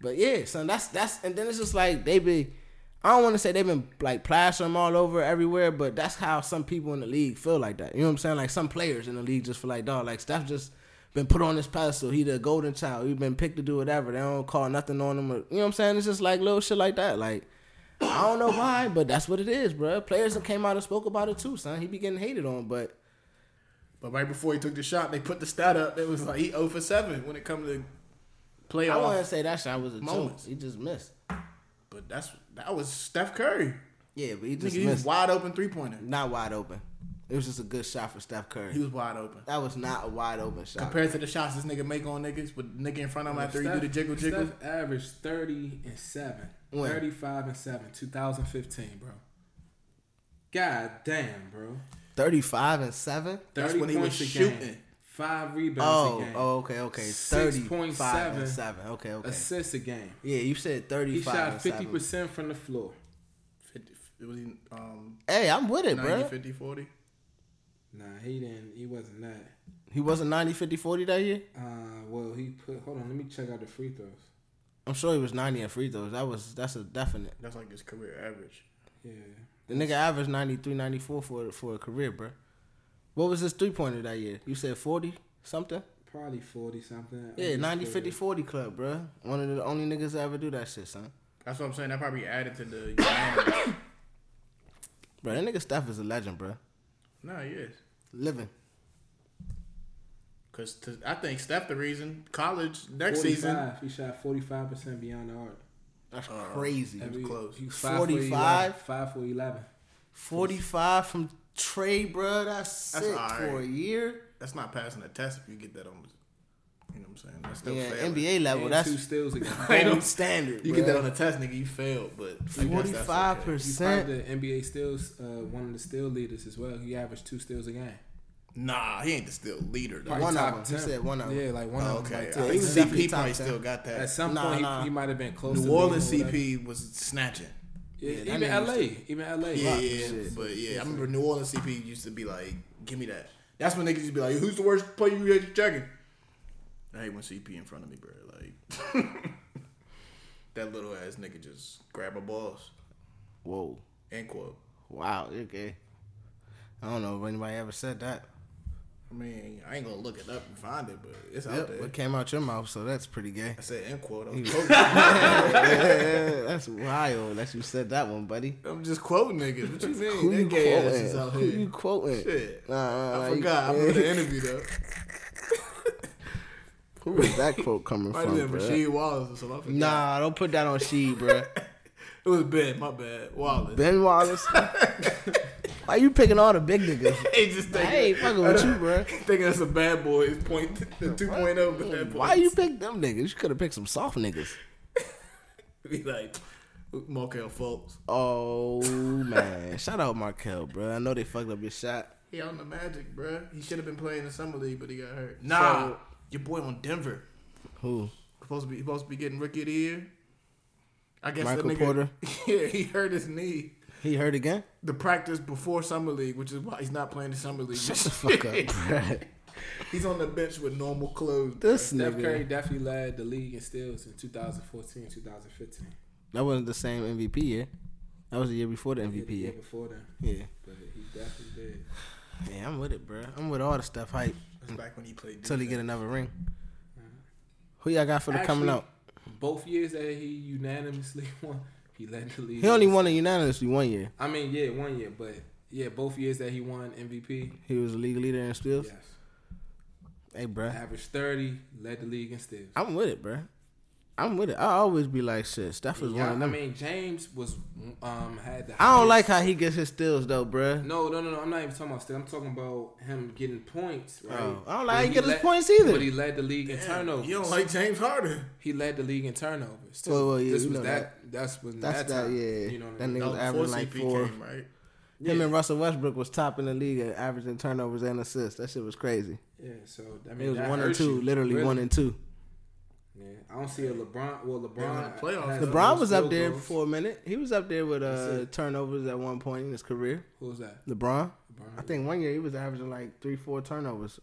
[SPEAKER 3] But yeah, son, that's that's and then it's just like they be I don't want to say they've been like plastering them all over everywhere, but that's how some people in the league feel like that. You know what I'm saying? Like some players in the league just feel like dog, like Steph just been put on this pedestal. He the golden child. He been picked to do whatever. They don't call nothing on him. Or, you know what I'm saying? It's just like little shit like that. Like I don't know why, but that's what it is, bro. Players that came out and spoke about it too, son. He be getting hated on, but
[SPEAKER 4] But right before he took the shot, they put the stat up. It was like he 0 for 7 when it comes to
[SPEAKER 3] I wouldn't
[SPEAKER 4] playoffs.
[SPEAKER 3] say that shot was a joke.
[SPEAKER 4] Moments.
[SPEAKER 3] He just missed.
[SPEAKER 4] But that's that was Steph Curry.
[SPEAKER 3] Yeah, but he
[SPEAKER 4] Nigga,
[SPEAKER 3] just
[SPEAKER 4] he was
[SPEAKER 3] missed.
[SPEAKER 4] wide open three pointer.
[SPEAKER 3] Not wide open. It was just a good shot for Steph
[SPEAKER 4] He
[SPEAKER 3] Curry.
[SPEAKER 4] was wide open.
[SPEAKER 3] That was not a wide open shot.
[SPEAKER 4] Compared to the shots this nigga make on niggas with nigga in front of him after he do the jiggle jiggle.
[SPEAKER 5] Steph averaged 30 and 7.
[SPEAKER 3] When?
[SPEAKER 5] 35 and 7, 2015, bro. God damn, bro.
[SPEAKER 3] 35 and 7?
[SPEAKER 5] 30
[SPEAKER 4] That's when he
[SPEAKER 5] points
[SPEAKER 4] was
[SPEAKER 5] a game,
[SPEAKER 4] shooting.
[SPEAKER 5] Five rebounds a
[SPEAKER 3] Oh,
[SPEAKER 5] game.
[SPEAKER 3] oh, okay, okay.
[SPEAKER 5] 6.7
[SPEAKER 3] 35 and 7. Okay, okay.
[SPEAKER 5] Assists a game.
[SPEAKER 3] Yeah, you said 35
[SPEAKER 5] He shot
[SPEAKER 3] and
[SPEAKER 5] 50%
[SPEAKER 3] 7.
[SPEAKER 5] from the floor.
[SPEAKER 4] 50, it was in, um,
[SPEAKER 3] Hey, I'm with it,
[SPEAKER 4] 90,
[SPEAKER 3] bro.
[SPEAKER 4] 50, 40.
[SPEAKER 5] Nah, he didn't. He wasn't that.
[SPEAKER 3] He wasn't 90, 50, 40 that year?
[SPEAKER 5] Uh, well, he put. Hold on, let me check out the free throws.
[SPEAKER 3] I'm sure he was 90 at free throws. That was That's a definite.
[SPEAKER 4] That's like his career average.
[SPEAKER 5] Yeah,
[SPEAKER 3] The nigga averaged 93, 94 for, for a career, bro. What was his three pointer that year? You said 40 something?
[SPEAKER 5] probably forty something.
[SPEAKER 3] Yeah, 90, 50,
[SPEAKER 5] fifty.
[SPEAKER 3] 40 club, bro. One of the only niggas that ever do that shit, son.
[SPEAKER 4] That's what I'm saying. That probably added to the. unanimous.
[SPEAKER 3] Bro, that nigga Steph is a legend, bro.
[SPEAKER 4] nah, he is.
[SPEAKER 3] Living.
[SPEAKER 4] Cause to, I think Steph the reason college next
[SPEAKER 5] 45.
[SPEAKER 4] season.
[SPEAKER 5] He shot forty five percent beyond the arc.
[SPEAKER 3] That's crazy.
[SPEAKER 5] Every-
[SPEAKER 4] Uh, close.
[SPEAKER 5] He was five
[SPEAKER 3] 45?
[SPEAKER 5] for 11, five for eleven.
[SPEAKER 3] 45 from Trey, bro. That's sick
[SPEAKER 4] That's all right.
[SPEAKER 3] for a year.
[SPEAKER 4] That's not passing the test if you get that on. You know what I'm saying? That's still
[SPEAKER 3] Yeah,
[SPEAKER 4] failing.
[SPEAKER 3] NBA level.
[SPEAKER 5] And
[SPEAKER 3] that's
[SPEAKER 5] two steals a game.
[SPEAKER 4] I
[SPEAKER 3] gold
[SPEAKER 4] know.
[SPEAKER 3] standard.
[SPEAKER 4] You
[SPEAKER 3] bro.
[SPEAKER 4] get that on the test, nigga. You failed, but I guess that's okay.
[SPEAKER 3] Forty-five
[SPEAKER 5] He's
[SPEAKER 3] percent.
[SPEAKER 5] probably the NBA steals uh, one of the steal leaders as well. He averaged two steals a game.
[SPEAKER 4] Nah, he ain't the still leader. Though.
[SPEAKER 5] Probably
[SPEAKER 3] One of
[SPEAKER 5] top
[SPEAKER 3] them. He said one of them.
[SPEAKER 5] Yeah, like one
[SPEAKER 4] Oh,
[SPEAKER 5] of them.
[SPEAKER 4] okay,
[SPEAKER 5] Like,
[SPEAKER 4] I
[SPEAKER 3] Yeah,
[SPEAKER 4] think
[SPEAKER 3] he was
[SPEAKER 4] CP
[SPEAKER 3] definitely
[SPEAKER 4] probably
[SPEAKER 3] top ten.
[SPEAKER 4] still got that.
[SPEAKER 5] at some
[SPEAKER 3] Nah,
[SPEAKER 5] point,
[SPEAKER 3] nah.
[SPEAKER 5] He, he might have been close. to
[SPEAKER 4] New
[SPEAKER 5] being
[SPEAKER 4] Orleans
[SPEAKER 5] or whatever.
[SPEAKER 4] CP was snatching.
[SPEAKER 5] Yeah,
[SPEAKER 3] that
[SPEAKER 5] even
[SPEAKER 3] nigga was-
[SPEAKER 5] LA, even LA.
[SPEAKER 4] Yeah,
[SPEAKER 5] Fuck.
[SPEAKER 4] yeah,
[SPEAKER 3] shit.
[SPEAKER 4] but yeah, I remember New Orleans CP used to be like, "Give me that." That's when niggas used to be like, "Who's the worst player you had checking?" I hate when CP in front of me, bro. Like that little ass nigga just grab a balls.
[SPEAKER 3] Whoa.
[SPEAKER 4] End quote.
[SPEAKER 3] Wow, you're gay. I don't know if anybody ever said that.
[SPEAKER 4] I mean, I ain't gonna look it up and find it, but it's out
[SPEAKER 3] Yep,
[SPEAKER 4] there.
[SPEAKER 3] it came out your mouth, so that's pretty gay.
[SPEAKER 4] I said end quote. I'm quoting.
[SPEAKER 3] that's wild that you said that one, buddy.
[SPEAKER 4] I'm just quoting niggas. What you mean?
[SPEAKER 3] Who
[SPEAKER 4] They
[SPEAKER 3] you
[SPEAKER 4] gay asses
[SPEAKER 3] quoting?
[SPEAKER 4] out
[SPEAKER 3] Who you
[SPEAKER 4] here.
[SPEAKER 3] quoting?
[SPEAKER 4] Shit.
[SPEAKER 3] Nah, nah, nah,
[SPEAKER 4] I
[SPEAKER 3] you-
[SPEAKER 4] forgot. I'm
[SPEAKER 3] yeah.
[SPEAKER 4] doing the interview though.
[SPEAKER 3] Who was that quote coming
[SPEAKER 4] Might have
[SPEAKER 3] from,
[SPEAKER 4] been
[SPEAKER 3] bro?
[SPEAKER 4] Rasheed Wallace or something. I forgot.
[SPEAKER 3] Nah, don't put that on she, bro.
[SPEAKER 4] It was Ben, my bad. Wallace.
[SPEAKER 3] Ben Wallace. Why you picking all the big niggas?
[SPEAKER 4] Hey, just
[SPEAKER 3] I
[SPEAKER 4] thinking,
[SPEAKER 3] ain't fucking with you, bro.
[SPEAKER 4] thinking that's a bad boy. It's point the two point oh bad boy.
[SPEAKER 3] Why you pick them niggas? You could have picked some soft niggas.
[SPEAKER 4] be like Markel Fultz?
[SPEAKER 3] Oh man, shout out Markel, bro. I know they fucked up your shot.
[SPEAKER 4] He on the Magic, bruh. He should have been playing in summer league, but he got hurt. Nah,
[SPEAKER 3] So-
[SPEAKER 4] your boy on Denver
[SPEAKER 3] Who?
[SPEAKER 4] supposed to be supposed to be getting rookie of the year. I guess
[SPEAKER 3] Michael
[SPEAKER 4] that nigga,
[SPEAKER 3] Porter?
[SPEAKER 4] Yeah, he hurt his knee.
[SPEAKER 3] He hurt again?
[SPEAKER 4] The practice before summer league, which is why he's not playing the summer league.
[SPEAKER 3] Shut the fuck up, bro.
[SPEAKER 4] he's on the bench with normal clothes.
[SPEAKER 3] This
[SPEAKER 5] Steph
[SPEAKER 3] nigga.
[SPEAKER 5] Curry definitely led the league in steals in 2014, 2015.
[SPEAKER 3] That wasn't the same MVP year. That was the year before the
[SPEAKER 5] Yeah, the
[SPEAKER 3] MVP
[SPEAKER 5] year
[SPEAKER 3] year.
[SPEAKER 5] before then,
[SPEAKER 3] Yeah.
[SPEAKER 5] but he definitely did.
[SPEAKER 3] Yeah, I'm with it, bro. I'm with all the stuff hype
[SPEAKER 4] That's back when he played.
[SPEAKER 3] until he
[SPEAKER 4] defense.
[SPEAKER 3] get another ring. Who y'all got for the coming
[SPEAKER 5] Actually,
[SPEAKER 3] out?
[SPEAKER 5] Both years that he unanimously won, he led the league.
[SPEAKER 3] He only won it unanimously one year.
[SPEAKER 5] I mean, yeah, one year, but yeah, both years that he won MVP.
[SPEAKER 3] He was the league leader in steals.
[SPEAKER 5] Yes,
[SPEAKER 3] Hey, bro.
[SPEAKER 5] averaged 30, led the league in steals.
[SPEAKER 3] I'm with it, bro. I'm with it. I always be like, shit, Steph is one
[SPEAKER 5] Yeah,
[SPEAKER 3] of
[SPEAKER 5] I
[SPEAKER 3] them.
[SPEAKER 5] mean, James was um had the.
[SPEAKER 3] I don't
[SPEAKER 5] highest-
[SPEAKER 3] like how he gets his steals though, bruh.
[SPEAKER 5] No, no, no, no. I'm not even talking about steal. I'm talking about him getting points. Right?
[SPEAKER 3] Oh, I don't
[SPEAKER 5] But
[SPEAKER 3] like he get his
[SPEAKER 5] led-
[SPEAKER 3] points either.
[SPEAKER 5] But he led the league in turnovers.
[SPEAKER 4] You don't like James Harden.
[SPEAKER 5] he led the league in turnovers. Too.
[SPEAKER 3] Well, well, yeah,
[SPEAKER 5] this
[SPEAKER 3] you
[SPEAKER 5] was
[SPEAKER 3] know
[SPEAKER 5] that, That's when
[SPEAKER 3] That's
[SPEAKER 5] that.
[SPEAKER 3] that,
[SPEAKER 5] Time,
[SPEAKER 3] yeah.
[SPEAKER 5] You know what
[SPEAKER 3] That
[SPEAKER 5] I mean?
[SPEAKER 3] nigga- was
[SPEAKER 4] That was
[SPEAKER 3] averaging,
[SPEAKER 4] before
[SPEAKER 3] like,
[SPEAKER 4] CP came, right?
[SPEAKER 3] Him and Russell Westbrook was top in the league at averaging turnovers and assists. That shit was crazy.
[SPEAKER 5] Yeah. So I mean,
[SPEAKER 3] It was
[SPEAKER 5] that
[SPEAKER 3] one and
[SPEAKER 5] hurts
[SPEAKER 3] two,
[SPEAKER 5] you,
[SPEAKER 3] literally
[SPEAKER 5] really.
[SPEAKER 3] one and two.
[SPEAKER 5] Yeah. I don't see a LeBron. Well,
[SPEAKER 4] in
[SPEAKER 5] LeBron.
[SPEAKER 4] the playoffs,
[SPEAKER 5] has
[SPEAKER 4] though.
[SPEAKER 3] LeBron
[SPEAKER 5] the most
[SPEAKER 3] was up
[SPEAKER 5] field
[SPEAKER 3] there
[SPEAKER 5] goals.
[SPEAKER 3] for a minute. He was up there with uh,
[SPEAKER 5] it.
[SPEAKER 3] turnovers at one point in his career.
[SPEAKER 5] Who was that?
[SPEAKER 3] LeBron,
[SPEAKER 5] LeBron.
[SPEAKER 3] I think one year he was averaging like three, four turnovers.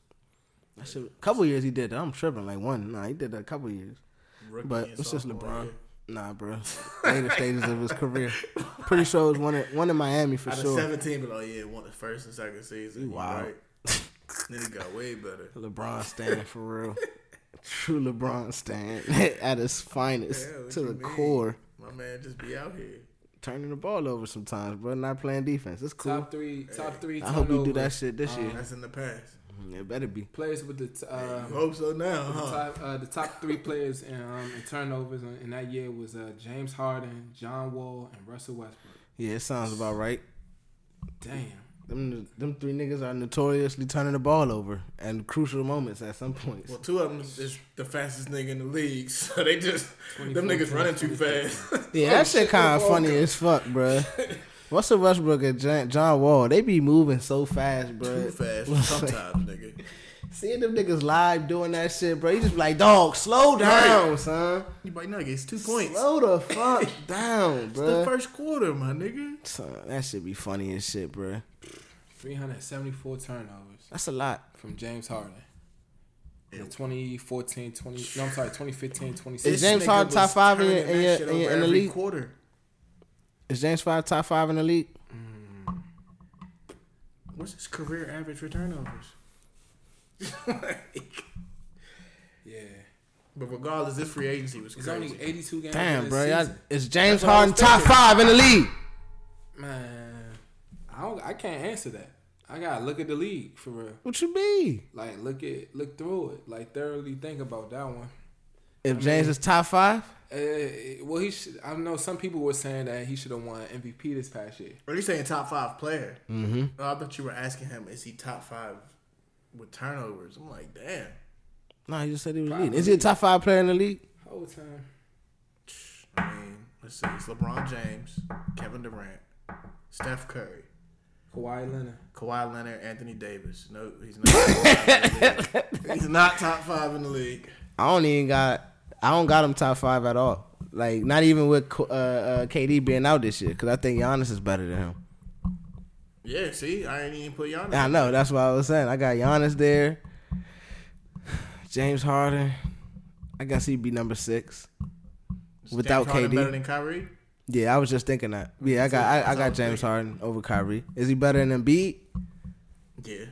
[SPEAKER 3] That shit, a couple years he did. that. I'm tripping, like one. Nah, he did that a couple years.
[SPEAKER 4] Rookie
[SPEAKER 3] But
[SPEAKER 4] and
[SPEAKER 3] it's just
[SPEAKER 4] sophomore
[SPEAKER 3] LeBron.
[SPEAKER 4] year.
[SPEAKER 3] Nah, bro. Later stages of his career. Pretty sure it was one in, one in Miami for
[SPEAKER 4] Out
[SPEAKER 3] sure.
[SPEAKER 4] of 17, but oh yeah, won the first and second season.
[SPEAKER 3] Wow.
[SPEAKER 4] Wow. Right. then he got way better.
[SPEAKER 3] LeBron stand for real. True LeBron stand at his finest
[SPEAKER 4] Yeah, what
[SPEAKER 3] to
[SPEAKER 4] you
[SPEAKER 3] the
[SPEAKER 4] mean?
[SPEAKER 3] core.
[SPEAKER 4] My man just be out here.
[SPEAKER 3] Turning the ball over sometimes, bro. Not playing defense. It's cool.
[SPEAKER 5] Top three. Top three.
[SPEAKER 3] I hope you do that
[SPEAKER 5] turnovers.
[SPEAKER 3] shit this year.
[SPEAKER 4] That's in the past.
[SPEAKER 3] It better be.
[SPEAKER 5] Players with the. T-
[SPEAKER 4] You
[SPEAKER 5] uh,
[SPEAKER 4] hope so now,
[SPEAKER 5] The
[SPEAKER 4] huh?
[SPEAKER 5] top, uh, the top three players in, um, in turnovers in, in that year was uh, James Harden, John Wall, and Russell Westbrook.
[SPEAKER 3] Yeah, it sounds about right.
[SPEAKER 5] Damn.
[SPEAKER 3] Them, them three niggas are notoriously turning the ball over and crucial moments at some points.
[SPEAKER 4] Well, two of them is the fastest nigga in the league, so they just them niggas running too fast.
[SPEAKER 3] Yeah, that shit kind of funny as fuck, bruh. Russell Westbrook and John, John Wall, they be moving so fast, bruh.
[SPEAKER 4] too fast sometimes, nigga.
[SPEAKER 3] Seeing them niggas live doing that shit, bro, you just be like, dog, slow down, son.
[SPEAKER 4] You might not get two points.
[SPEAKER 3] Slow the fuck down,
[SPEAKER 4] The
[SPEAKER 3] bro.
[SPEAKER 4] first quarter, my nigga.
[SPEAKER 3] Son, that should be funny as shit, bro.
[SPEAKER 5] 374 turnovers
[SPEAKER 3] That's a lot.
[SPEAKER 5] from James Harden. In 2014, 20, no, I'm sorry, 2015,
[SPEAKER 3] Is
[SPEAKER 5] 2016.
[SPEAKER 3] James
[SPEAKER 4] This nigga
[SPEAKER 3] Harden top
[SPEAKER 4] was
[SPEAKER 3] five in your-
[SPEAKER 4] turning
[SPEAKER 3] in
[SPEAKER 4] that
[SPEAKER 3] your-
[SPEAKER 4] shit
[SPEAKER 3] in your-
[SPEAKER 4] over
[SPEAKER 3] in the
[SPEAKER 4] every
[SPEAKER 3] league?
[SPEAKER 4] Quarter.
[SPEAKER 3] Is James Five top five in the league?
[SPEAKER 4] What's his career average for turnovers? Like,
[SPEAKER 5] Yeah.
[SPEAKER 4] but regardless, this free agency was
[SPEAKER 5] It's
[SPEAKER 4] crazy.
[SPEAKER 5] only 82 games.
[SPEAKER 3] Damn,
[SPEAKER 5] in
[SPEAKER 3] bro.
[SPEAKER 5] the
[SPEAKER 3] y'all-
[SPEAKER 5] season.
[SPEAKER 3] Is James
[SPEAKER 4] what I
[SPEAKER 3] Harden
[SPEAKER 4] was
[SPEAKER 3] top
[SPEAKER 4] thinking.
[SPEAKER 3] five in the league?
[SPEAKER 5] Man, I don't. I can't answer that. I gotta look at the league for real.
[SPEAKER 3] What you mean?
[SPEAKER 5] Like look at look through it. Like thoroughly think about that one.
[SPEAKER 3] If James is top five,
[SPEAKER 5] Uh, well, he. Should, I know some people were saying that he should have won MVP this past year.
[SPEAKER 4] Are you saying top five player? Mm-hmm. Oh, I thought you were asking him, is he top five with turnovers? I'm like, damn.
[SPEAKER 3] no, you just said he was leading. Is he a top five player in the league?
[SPEAKER 5] Whole time.
[SPEAKER 4] I mean, let's see. It's LeBron James, Kevin Durant, Steph Curry,
[SPEAKER 5] Kawhi Leonard.
[SPEAKER 4] Kawhi Leonard, Anthony Davis. No, he's not. top five in the league. he's not top five in the league.
[SPEAKER 3] I don't even got. I don't got him top five at all. Like not even with K- uh, uh, KD being out this year, because I think Giannis is better than him.
[SPEAKER 4] Yeah, see, I ain't even put Giannis.
[SPEAKER 3] I know. That's what I was saying. I got Giannis there. James Harden. I guess he'd be number six. Without
[SPEAKER 4] James Harden
[SPEAKER 3] KD.
[SPEAKER 4] better than Kyrie.
[SPEAKER 3] Yeah, I was just thinking that. Yeah, I got I, I got James Harden over Kyrie. Is he better than Embiid?
[SPEAKER 4] Yeah,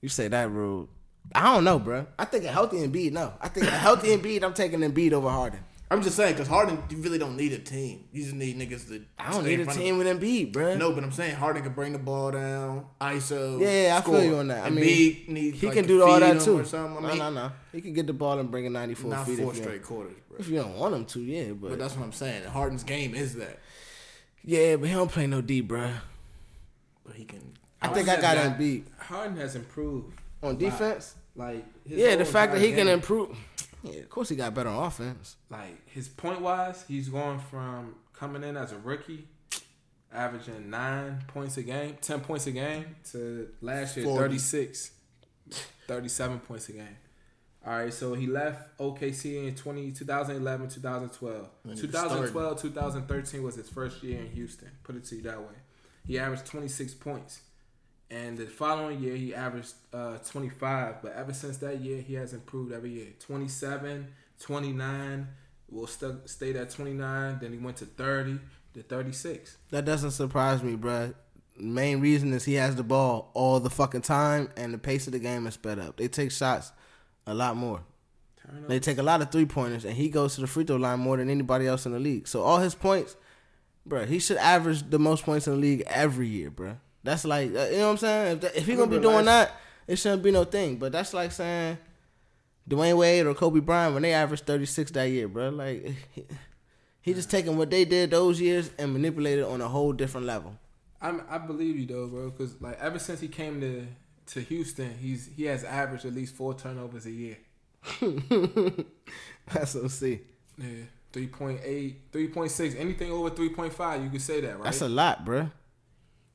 [SPEAKER 3] You say that rude. I don't know, bro. I think a healthy Embiid. No, I think a healthy Embiid. I'm taking Embiid over Harden.
[SPEAKER 4] I'm just saying because Harden, you really don't need a team. You just need niggas to.
[SPEAKER 3] I don't
[SPEAKER 4] stay
[SPEAKER 3] need
[SPEAKER 4] in
[SPEAKER 3] a
[SPEAKER 4] front of-
[SPEAKER 3] team with Embiid, bro.
[SPEAKER 4] No, but I'm saying Harden can bring the ball down, ISO.
[SPEAKER 3] Yeah, yeah, I feel you on that. I mean,
[SPEAKER 4] Embiid needs,
[SPEAKER 3] he
[SPEAKER 4] like,
[SPEAKER 3] can
[SPEAKER 4] to
[SPEAKER 3] do all
[SPEAKER 4] feed
[SPEAKER 3] that
[SPEAKER 4] him
[SPEAKER 3] too.
[SPEAKER 4] Or something. I mean,
[SPEAKER 3] no, no, no. He can get the ball and bring it 94
[SPEAKER 4] Not
[SPEAKER 3] feet
[SPEAKER 4] four
[SPEAKER 3] if,
[SPEAKER 4] straight
[SPEAKER 3] you,
[SPEAKER 4] quarters, bro.
[SPEAKER 3] if you don't want him to. Yeah, but,
[SPEAKER 4] But that's what I'm saying. Harden's game is that,
[SPEAKER 3] yeah, but he don't play no D, bro.
[SPEAKER 4] but he can.
[SPEAKER 3] I think I
[SPEAKER 5] said
[SPEAKER 3] got
[SPEAKER 5] that.
[SPEAKER 3] Embiid
[SPEAKER 5] Harden has improved.
[SPEAKER 3] on defense.
[SPEAKER 5] Like his
[SPEAKER 3] Yeah, the
[SPEAKER 5] whole
[SPEAKER 3] fact that he
[SPEAKER 5] entire
[SPEAKER 3] can
[SPEAKER 5] game.
[SPEAKER 3] improve. Yeah, of course he got better on offense.
[SPEAKER 5] like his point wise, he's going from coming in as a rookie, averaging nine points a game, ten points a game, to last year
[SPEAKER 4] 40.
[SPEAKER 5] 36, 37 points a game. All right, so he left OKC in 20, 2011, 2012.
[SPEAKER 4] When he was
[SPEAKER 5] 2012, 2013 was his first year in Houston. Put it to you that way. He averaged 26 points. And the following year, he averaged uh, 25. But ever since that year, he has improved every year 27, 29, well, stu- stayed at 29. Then he went to 30 to 36.
[SPEAKER 3] That doesn't surprise me, bro. Main reason is he has the ball all the fucking time, and the pace of the game is sped up. They take shots a lot more.
[SPEAKER 5] Turn
[SPEAKER 3] They take a lot of three pointers, and he goes to the free throw line more than anybody else in the league. So all his points, bruh, he should average the most points in the league every year, bruh. That's like uh, you know what I'm saying. If, that, if he's gonna be
[SPEAKER 4] Remember
[SPEAKER 3] doing
[SPEAKER 4] last-
[SPEAKER 3] that, it shouldn't be no thing. But that's like saying Dwayne Wade or Kobe Bryant when they averaged 36 that year, bruh. Like he, he just taking what they did those years and manipulated on a whole different level.
[SPEAKER 5] I'm, I believe you though, bro, because like ever since he came to to Houston, he's he has averaged at least four turnovers a year.
[SPEAKER 3] That's OC.
[SPEAKER 5] Yeah, 3.8, 3.6, anything over 3.5, you could say that, right?
[SPEAKER 3] That's a lot, bruh.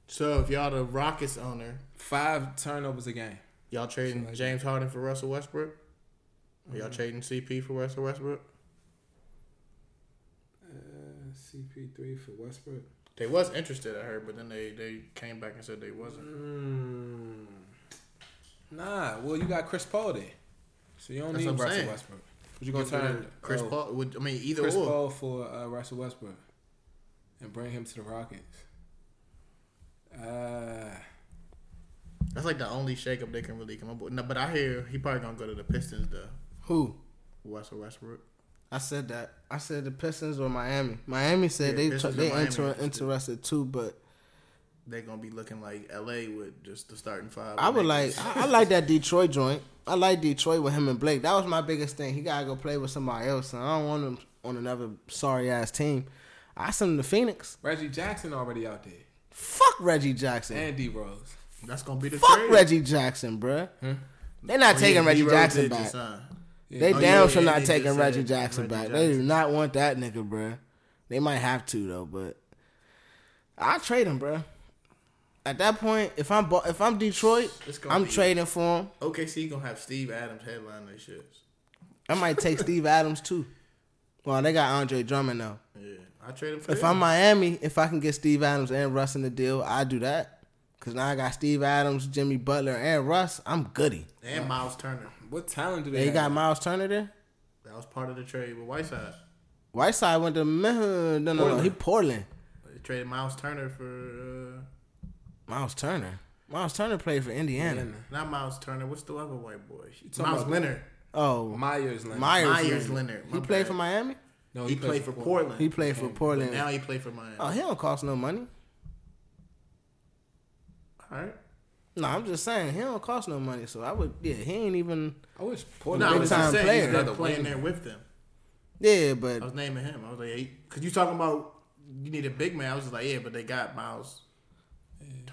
[SPEAKER 4] So if y'all the Rockets owner,
[SPEAKER 5] Five turnovers a game.
[SPEAKER 4] y'all trading James Harden for Russell Westbrook? Are
[SPEAKER 5] Mm-hmm.
[SPEAKER 4] y'all trading CP for Russell Westbrook?
[SPEAKER 5] CP3 for Westbrook.
[SPEAKER 4] They was interested, I heard, but then they, they came back and said they
[SPEAKER 3] Mm-hmm.
[SPEAKER 4] wasn't.
[SPEAKER 5] Mm, nah, well, you got Chris Paul there. So you don't
[SPEAKER 4] That's
[SPEAKER 5] need
[SPEAKER 4] what I'm
[SPEAKER 5] Russell
[SPEAKER 4] saying.
[SPEAKER 5] Westbrook. But you going to turn
[SPEAKER 4] Chris
[SPEAKER 5] oh,
[SPEAKER 4] Paul? Would, I mean, either
[SPEAKER 5] Chris
[SPEAKER 4] or.
[SPEAKER 5] Paul for uh, Russell Westbrook and bring him to the Rockets. Uh,
[SPEAKER 4] That's like the only shakeup they can really come up with. No, but I hear he probably gonna go to the Pistons though.
[SPEAKER 3] Who?
[SPEAKER 4] Russell Westbrook.
[SPEAKER 3] I said that. I said the Pistons or Miami. Miami
[SPEAKER 4] Yeah,
[SPEAKER 3] said they
[SPEAKER 4] Pistons
[SPEAKER 3] they
[SPEAKER 4] or Miami
[SPEAKER 3] inter-
[SPEAKER 4] interested.
[SPEAKER 3] interested too, but
[SPEAKER 4] They gonna be looking like LA with just the starting five.
[SPEAKER 3] I would like
[SPEAKER 4] Lakers.
[SPEAKER 3] I, I like that Detroit joint. I like Detroit with him and Blake. That was my biggest thing. He gotta go play with somebody else, and I don't want him on another sorry ass team. I sent him to Phoenix.
[SPEAKER 5] Reggie Jackson already out there.
[SPEAKER 3] Fuck Reggie Jackson.
[SPEAKER 5] and D Rose.
[SPEAKER 4] That's gonna be the
[SPEAKER 3] Fuck
[SPEAKER 4] trade.
[SPEAKER 3] Reggie Jackson, bruh. They're not
[SPEAKER 4] Oh, yeah,
[SPEAKER 3] taking Reggie
[SPEAKER 4] D-Rose
[SPEAKER 3] Jackson
[SPEAKER 4] did just
[SPEAKER 3] back.
[SPEAKER 4] sign.
[SPEAKER 3] They
[SPEAKER 4] Oh,
[SPEAKER 3] damn
[SPEAKER 4] yeah,
[SPEAKER 3] sure
[SPEAKER 4] yeah,
[SPEAKER 3] not
[SPEAKER 4] they
[SPEAKER 3] taking
[SPEAKER 4] just
[SPEAKER 3] Reggie
[SPEAKER 4] said
[SPEAKER 3] Jackson
[SPEAKER 4] Reggie
[SPEAKER 3] back. They
[SPEAKER 4] Jackson.
[SPEAKER 3] do not want that nigga, bruh. They might have to though, but I'll trade him, bruh. At that point, if I'm Bo- if I'm Detroit,
[SPEAKER 4] It's gonna
[SPEAKER 3] I'm
[SPEAKER 4] be-
[SPEAKER 3] trading for him.
[SPEAKER 4] OKC gonna have Steve Adams headline their shits.
[SPEAKER 3] I might take Steve Adams too. Well, they got Andre Drummond though.
[SPEAKER 4] Yeah, I trade him for
[SPEAKER 3] If
[SPEAKER 4] them.
[SPEAKER 3] I'm Miami, if I can get Steve Adams and Russ in the deal, I do that. Cause now I got Steve Adams, Jimmy Butler, and Russ. I'm goody.
[SPEAKER 4] and Miles Turner,
[SPEAKER 5] What talent do they?
[SPEAKER 3] They
[SPEAKER 5] have?
[SPEAKER 3] got Miles Turner there.
[SPEAKER 4] that was part of the trade with Whiteside.
[SPEAKER 3] Whiteside went to Meh- no no no. He Portland.
[SPEAKER 4] They traded Miles Turner for uh,
[SPEAKER 3] Miles Turner. Miles Turner played for Indiana.
[SPEAKER 4] uh, not Miles Turner. What's the other white boy?
[SPEAKER 5] talking
[SPEAKER 4] Miles
[SPEAKER 5] about-
[SPEAKER 4] Leonard.
[SPEAKER 3] Oh,
[SPEAKER 5] Myers. Leonard.
[SPEAKER 3] Myers,
[SPEAKER 4] Myers
[SPEAKER 3] Leonard.
[SPEAKER 4] Leonard.
[SPEAKER 3] He
[SPEAKER 4] My
[SPEAKER 3] played
[SPEAKER 4] bad.
[SPEAKER 3] for Miami.
[SPEAKER 5] No,
[SPEAKER 4] Oh, He played for Portland.
[SPEAKER 3] He played for Portland.
[SPEAKER 4] Now he played for Miami.
[SPEAKER 3] oh, he don't cost no money.
[SPEAKER 4] All right.
[SPEAKER 3] No, I'm just saying he don't cost no money. So I would yeah. He ain't even
[SPEAKER 5] I wish
[SPEAKER 4] No,
[SPEAKER 5] Portland.
[SPEAKER 4] I
[SPEAKER 3] big
[SPEAKER 4] was
[SPEAKER 3] time
[SPEAKER 4] just saying
[SPEAKER 3] player.
[SPEAKER 4] he's not playing there with them.
[SPEAKER 3] yeah.
[SPEAKER 4] I
[SPEAKER 3] But
[SPEAKER 4] was naming him. I was like, hey, cause you talking about you need a big man. I was just like, yeah, but they got Miles.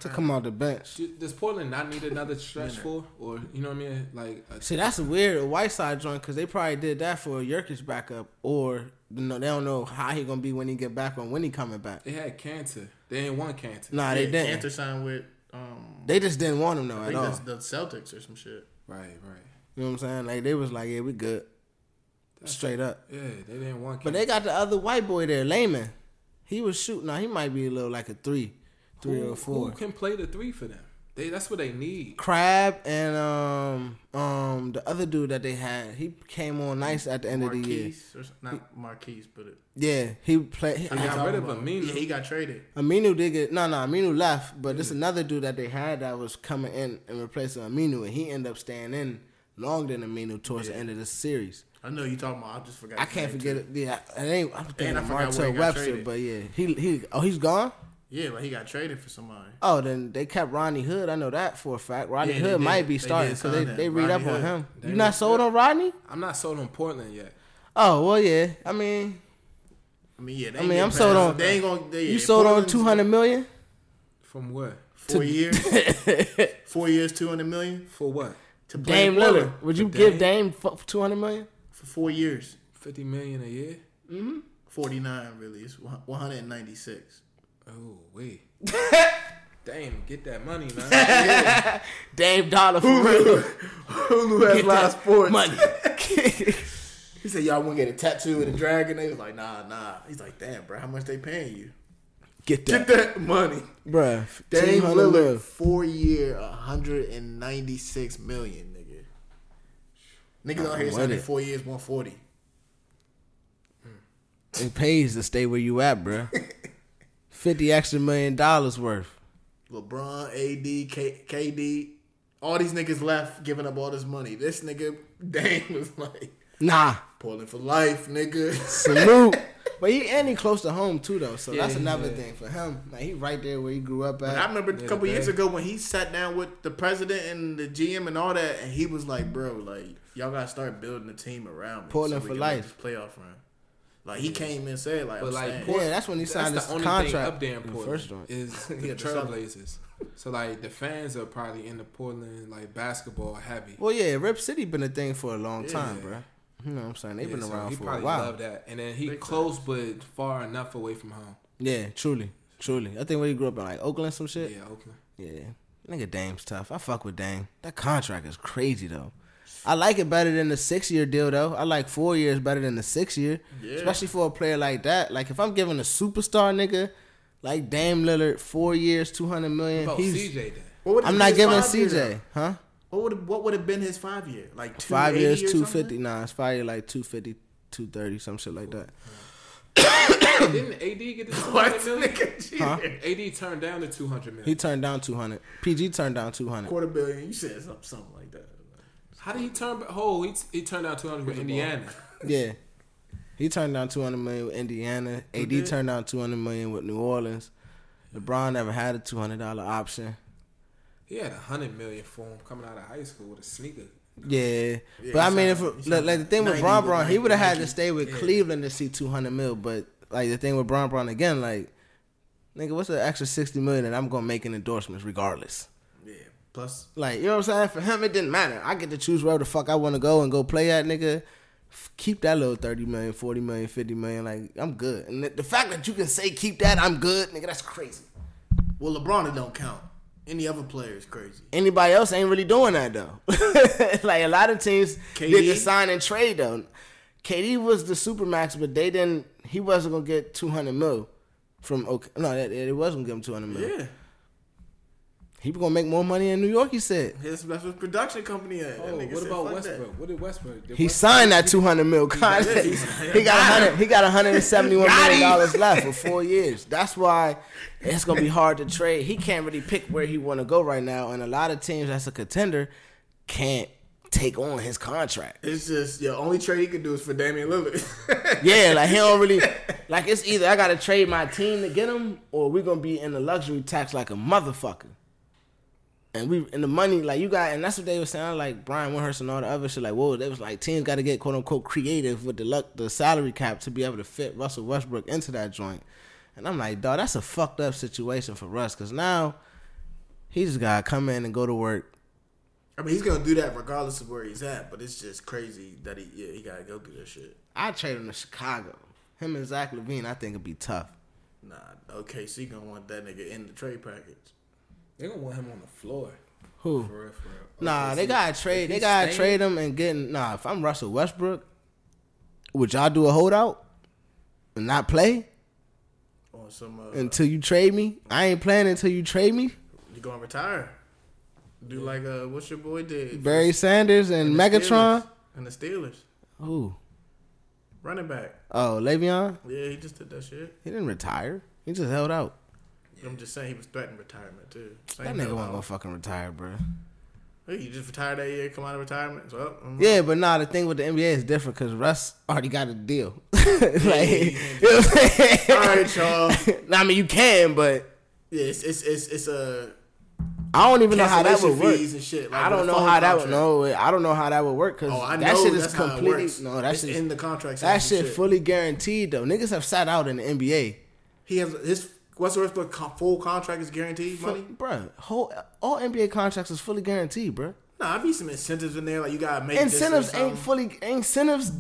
[SPEAKER 3] to come off the bench.
[SPEAKER 5] Do- Does Portland not need another stretch four, or you know what I mean? Like, a,
[SPEAKER 3] See, that's a weird Whiteside joint because they probably did that for a Jurkic backup, or you know, they don't know how he gonna be when he get back or when he coming back.
[SPEAKER 5] they had cancer. They ain't want cancer.
[SPEAKER 3] Nah, they
[SPEAKER 4] yeah,
[SPEAKER 3] didn't.
[SPEAKER 4] Cantor signed with um,
[SPEAKER 3] They just didn't want him though
[SPEAKER 4] I
[SPEAKER 3] at
[SPEAKER 4] think
[SPEAKER 3] all.
[SPEAKER 4] that's the Celtics or some shit.
[SPEAKER 5] Right, right.
[SPEAKER 3] You know what I'm saying? Like they was like, yeah, we good, straight up.
[SPEAKER 5] Yeah, they didn't want.
[SPEAKER 3] But
[SPEAKER 5] Cancer.
[SPEAKER 3] they got the other white boy there, Layman. He was shooting. Now he might be a little like a three, three
[SPEAKER 5] who,
[SPEAKER 3] or four.
[SPEAKER 5] Who can play the three for them? They that's what they need.
[SPEAKER 3] Crab and um um the other dude that they had, he came on nice at the end of the year.
[SPEAKER 4] Marquise or s- not Marquise, but it,
[SPEAKER 3] Yeah, he played.
[SPEAKER 5] got
[SPEAKER 3] I-
[SPEAKER 5] rid of
[SPEAKER 4] Well,
[SPEAKER 5] Aminu.
[SPEAKER 4] He got traded.
[SPEAKER 3] Aminu did get no no Aminu left, but this another dude that they had that was coming in and replacing Aminu, and he ended up staying in longer than Aminu towards the end of the series.
[SPEAKER 4] I know you talking about. I just forgot.
[SPEAKER 3] I
[SPEAKER 4] his
[SPEAKER 3] can't
[SPEAKER 4] name,
[SPEAKER 3] forget
[SPEAKER 4] too.
[SPEAKER 3] it. Yeah, I ain't. I'm thinking
[SPEAKER 4] And I
[SPEAKER 3] of
[SPEAKER 4] forgot where he
[SPEAKER 3] Martell
[SPEAKER 4] got
[SPEAKER 3] Webster,
[SPEAKER 4] traded.
[SPEAKER 3] but yeah, he he. Oh, he's gone.
[SPEAKER 4] Yeah, like he got traded for somebody.
[SPEAKER 3] Oh, then they kept Ronnie Hood. I know that for a fact. Rodney
[SPEAKER 4] Yeah, they
[SPEAKER 3] Hood
[SPEAKER 4] did.
[SPEAKER 3] might be
[SPEAKER 4] They
[SPEAKER 3] starting
[SPEAKER 4] did
[SPEAKER 3] because they,
[SPEAKER 4] sign him.
[SPEAKER 3] they read up
[SPEAKER 4] Rodney
[SPEAKER 3] on
[SPEAKER 4] Hood.
[SPEAKER 3] him.
[SPEAKER 5] They
[SPEAKER 3] you not
[SPEAKER 5] did.
[SPEAKER 3] sold on Rodney?
[SPEAKER 5] I'm not sold on Portland yet.
[SPEAKER 3] Oh well, yeah. I mean,
[SPEAKER 4] I mean, yeah. They
[SPEAKER 3] I mean,
[SPEAKER 4] get
[SPEAKER 3] I'm sold
[SPEAKER 4] past-
[SPEAKER 3] on-
[SPEAKER 4] They ain't gonna. They,
[SPEAKER 3] you sold on
[SPEAKER 4] Portland's
[SPEAKER 3] two hundred million.
[SPEAKER 5] From what?
[SPEAKER 4] Four years. four years, two hundred million
[SPEAKER 5] For what?
[SPEAKER 4] to play
[SPEAKER 3] Dame
[SPEAKER 4] in Portland.
[SPEAKER 3] Lillard. Would you
[SPEAKER 4] For
[SPEAKER 3] give Dame two hundred million?
[SPEAKER 4] for four years?
[SPEAKER 5] Fifty million a year?
[SPEAKER 4] Forty nine really. It's one hundred and ninety six.
[SPEAKER 5] Oh wait. Damn, get that money, man.
[SPEAKER 3] Dame dollar for real.
[SPEAKER 4] Hulu has
[SPEAKER 3] Get that money.
[SPEAKER 4] He said, "Y'all want to get a tattoo with a dragon?" They was like, "Nah, nah." He's like, "Damn, bro, how much they paying you?"
[SPEAKER 3] Get
[SPEAKER 4] Get
[SPEAKER 3] that,
[SPEAKER 4] that money.
[SPEAKER 3] bruh.
[SPEAKER 4] Dame
[SPEAKER 3] 200 million.
[SPEAKER 4] Lillard, four year, hundred and ninety six million, nigga. Niggas out here
[SPEAKER 3] want
[SPEAKER 4] signing
[SPEAKER 3] it.
[SPEAKER 4] four years, one forty.
[SPEAKER 3] It pays to stay where you at, bruh. Fifty extra million dollars worth.
[SPEAKER 4] LeBron, AD, K- KD, all these niggas left, giving up all this money. This nigga Dame was like
[SPEAKER 3] Nah,
[SPEAKER 4] Portland for life, nigga.
[SPEAKER 3] salute. But he and he close to home too though, so that's
[SPEAKER 5] he-
[SPEAKER 3] another
[SPEAKER 5] yeah.
[SPEAKER 3] thing for him. Like he right there where he grew up at.
[SPEAKER 4] I remember a
[SPEAKER 5] Yeah,
[SPEAKER 4] couple years
[SPEAKER 5] Dame.
[SPEAKER 4] ago when he sat down with the president and the GM and all that, and he was like, "Bro, like y'all gotta start building a team around me
[SPEAKER 3] Portland for
[SPEAKER 4] can
[SPEAKER 3] life.
[SPEAKER 4] make this playoff run." Like he came and said, "Like,
[SPEAKER 5] But
[SPEAKER 4] I'm
[SPEAKER 5] like
[SPEAKER 4] saying,
[SPEAKER 5] Portland-
[SPEAKER 3] yeah, that's when he
[SPEAKER 5] That's
[SPEAKER 3] signed
[SPEAKER 5] the
[SPEAKER 3] his
[SPEAKER 5] only
[SPEAKER 3] contract.
[SPEAKER 5] thing up there in
[SPEAKER 3] The
[SPEAKER 5] Portland
[SPEAKER 3] first one.
[SPEAKER 5] is the
[SPEAKER 4] Yeah, the South.
[SPEAKER 5] Trailblazers. So like the fans are probably into Portland like basketball heavy.
[SPEAKER 3] Well, yeah, Rip City been a thing for a long
[SPEAKER 4] Yeah.
[SPEAKER 3] time, bruh. You know what I'm saying? They've
[SPEAKER 5] Yeah,
[SPEAKER 3] been
[SPEAKER 5] so
[SPEAKER 3] around
[SPEAKER 5] he
[SPEAKER 3] for a
[SPEAKER 5] probably
[SPEAKER 3] while.
[SPEAKER 5] loved that. And then he close but far enough away from home.
[SPEAKER 3] Yeah, truly, truly. I think where he grew up in like Oakland, some shit.
[SPEAKER 5] Yeah, Oakland.
[SPEAKER 3] Yeah. Nigga Dame's tough. I fuck with Dame. That contract is crazy though. I like it better than the six year deal though. I like four years better than the six year.
[SPEAKER 4] Yeah.
[SPEAKER 3] Especially for a player like that. Like if I'm giving a superstar nigga like Dame Lillard four years, two hundred million.
[SPEAKER 5] About
[SPEAKER 3] He's,
[SPEAKER 5] CJ then.
[SPEAKER 4] what would've
[SPEAKER 3] I'm
[SPEAKER 4] been
[SPEAKER 3] not
[SPEAKER 4] his
[SPEAKER 3] giving
[SPEAKER 4] five year,
[SPEAKER 3] CJ,
[SPEAKER 4] though?
[SPEAKER 3] huh?
[SPEAKER 4] What would what would have been his five year? Like two
[SPEAKER 3] Five years,
[SPEAKER 4] two fifty.
[SPEAKER 3] 250. Nah, it's five year like 250, 230, some shit like that.
[SPEAKER 5] Didn't AD get the
[SPEAKER 4] What
[SPEAKER 5] 200 million?
[SPEAKER 4] nigga? Jesus.
[SPEAKER 5] AD turned down the 200 million.
[SPEAKER 3] He turned down 200. PG turned down 200.
[SPEAKER 4] Quarter billion. You said something, something like that.
[SPEAKER 5] How did he turn? Oh, he, he turned down 200 with Indiana.
[SPEAKER 3] Yeah. He turned down 200 million with Indiana. AD
[SPEAKER 4] did?
[SPEAKER 3] turned down 200 million with New Orleans. LeBron never had a $200 option.
[SPEAKER 5] He had 100 million for him coming out of high school with a sneaker.
[SPEAKER 3] Yeah. but
[SPEAKER 4] he
[SPEAKER 3] I mean
[SPEAKER 4] signed-
[SPEAKER 3] if
[SPEAKER 4] he
[SPEAKER 3] like,
[SPEAKER 4] signed
[SPEAKER 3] like the thing with
[SPEAKER 4] 90
[SPEAKER 3] Bron
[SPEAKER 4] with
[SPEAKER 3] Bron, he
[SPEAKER 4] Nike-
[SPEAKER 3] would have had to
[SPEAKER 4] Nike.
[SPEAKER 3] stay with Cleveland to see 200 mil, but like the thing with Bron Bron again like nigga, what's the extra sixty million that I'm gonna make in endorsements regardless?
[SPEAKER 4] Yeah. Plus,
[SPEAKER 3] Like, you know what I'm saying? For him, it didn't matter. I get to choose wherever the fuck I want to go and go play at, nigga. F- Keep that little 30 million, 40 million, 50 million. Like, I'm good. And the, the fact that you can say, keep that, I'm good, nigga, that's crazy.
[SPEAKER 4] well, LeBron it don't count. Any other player is crazy.
[SPEAKER 3] Anybody else ain't really doing that, though. like, a lot of teams did
[SPEAKER 4] KD?
[SPEAKER 3] the sign and trade, though. KD was the supermax, but they didn't, he wasn't going to get 200 mil from, OK. no, that, it wasn't going to give him 200 mil.
[SPEAKER 4] Yeah.
[SPEAKER 3] He was going to make more money in New York, he said.
[SPEAKER 4] His, that's what production company at.
[SPEAKER 5] Oh,
[SPEAKER 4] that nigga
[SPEAKER 5] what
[SPEAKER 4] said,
[SPEAKER 5] about
[SPEAKER 4] "Fuck
[SPEAKER 5] Westbrook? What did Westbrook? Did
[SPEAKER 3] He
[SPEAKER 5] Westbrook-
[SPEAKER 3] signed that two hundred mil contract.
[SPEAKER 4] he-
[SPEAKER 3] He got hundred. He got one hundred and seventy-one million dollars left for four years. That's why it's gonna be hard to trade. He can't really pick where he want to go right now, and a lot of teams that's a contender can't take on his contract.
[SPEAKER 4] That. It's just your only trade he could do is for Damian Lillard.
[SPEAKER 3] Yeah, like he don't really like. It's either I gotta trade my team to get him, or we're gonna be in the luxury tax like a motherfucker. And we and the money like you got and that's what they were saying like Brian Windhurst and all the other shit like whoa they was like teams got to get quote unquote creative with the luck the salary cap to be able to fit Russell Westbrook into that joint, and I'm like dog that's a fucked up situation for Russ because now he just gotta come in and go to work
[SPEAKER 4] I mean, he's gonna do that regardless of where he's at, but it's just crazy that he yeah he gotta go do this shit.
[SPEAKER 3] I trade him to Chicago him and Zach Levine I think it'd be tough
[SPEAKER 4] Nah, OKC gonna want that nigga in the trade package.
[SPEAKER 5] They gonna want him on the floor.
[SPEAKER 3] who
[SPEAKER 5] For real, for real.
[SPEAKER 3] Nah,
[SPEAKER 5] Okay,
[SPEAKER 3] they
[SPEAKER 5] see,
[SPEAKER 3] gotta
[SPEAKER 5] if
[SPEAKER 3] trade. They
[SPEAKER 5] he's
[SPEAKER 3] gotta
[SPEAKER 5] staying-
[SPEAKER 3] trade him and get. Nah, if I'm Russell Westbrook, would y'all do a holdout and not play
[SPEAKER 4] On some, uh,
[SPEAKER 3] until you trade me? I ain't playing until you trade me.
[SPEAKER 4] you gonna retire? Do like uh, what's your boy did?
[SPEAKER 3] Barry Sanders and, Megatron.
[SPEAKER 4] Steelers. and the Steelers
[SPEAKER 3] Ooh,
[SPEAKER 4] running back.
[SPEAKER 3] oh, Le'Veon.
[SPEAKER 4] Yeah, he just did that shit.
[SPEAKER 3] He didn't retire. He just held out.
[SPEAKER 4] I'm just saying he was threatening retirement too.
[SPEAKER 3] That nigga wasn't gonna fucking retire, bro.
[SPEAKER 4] Hey, you just retired that year, come out of retirement. So, mm,
[SPEAKER 3] Yeah, but nah, the thing with the NBA is different because Russ already got a deal. like, you know what I'm saying?
[SPEAKER 4] All right, y'all.
[SPEAKER 3] Nah, I mean, you can, but
[SPEAKER 4] Yeah, it's it's it's, it's a
[SPEAKER 3] I don't even know how that would
[SPEAKER 4] cancellation
[SPEAKER 3] work.
[SPEAKER 4] fees and shit. like,
[SPEAKER 3] I
[SPEAKER 4] with
[SPEAKER 3] don't
[SPEAKER 4] the
[SPEAKER 3] know
[SPEAKER 4] phone
[SPEAKER 3] how that would
[SPEAKER 4] contract.
[SPEAKER 3] no. I don't know how that would work because
[SPEAKER 4] Oh, I
[SPEAKER 3] that
[SPEAKER 4] know
[SPEAKER 3] shit
[SPEAKER 4] that's
[SPEAKER 3] is
[SPEAKER 4] how it
[SPEAKER 3] completely
[SPEAKER 4] works.
[SPEAKER 3] no. That
[SPEAKER 4] It's
[SPEAKER 3] shit
[SPEAKER 4] in the contract
[SPEAKER 3] That
[SPEAKER 4] section,
[SPEAKER 3] shit,
[SPEAKER 4] shit.
[SPEAKER 3] fully guaranteed though. Niggas have sat out in the NBA.
[SPEAKER 4] He has his Western Westbrook co- full contract is guaranteed money.
[SPEAKER 3] Bruh, whole all NBA contracts is fully guaranteed, bruh.
[SPEAKER 4] Nah, I be some incentives in there. Like you gotta make this or
[SPEAKER 3] Incentives
[SPEAKER 4] something.
[SPEAKER 3] ain't fully incentives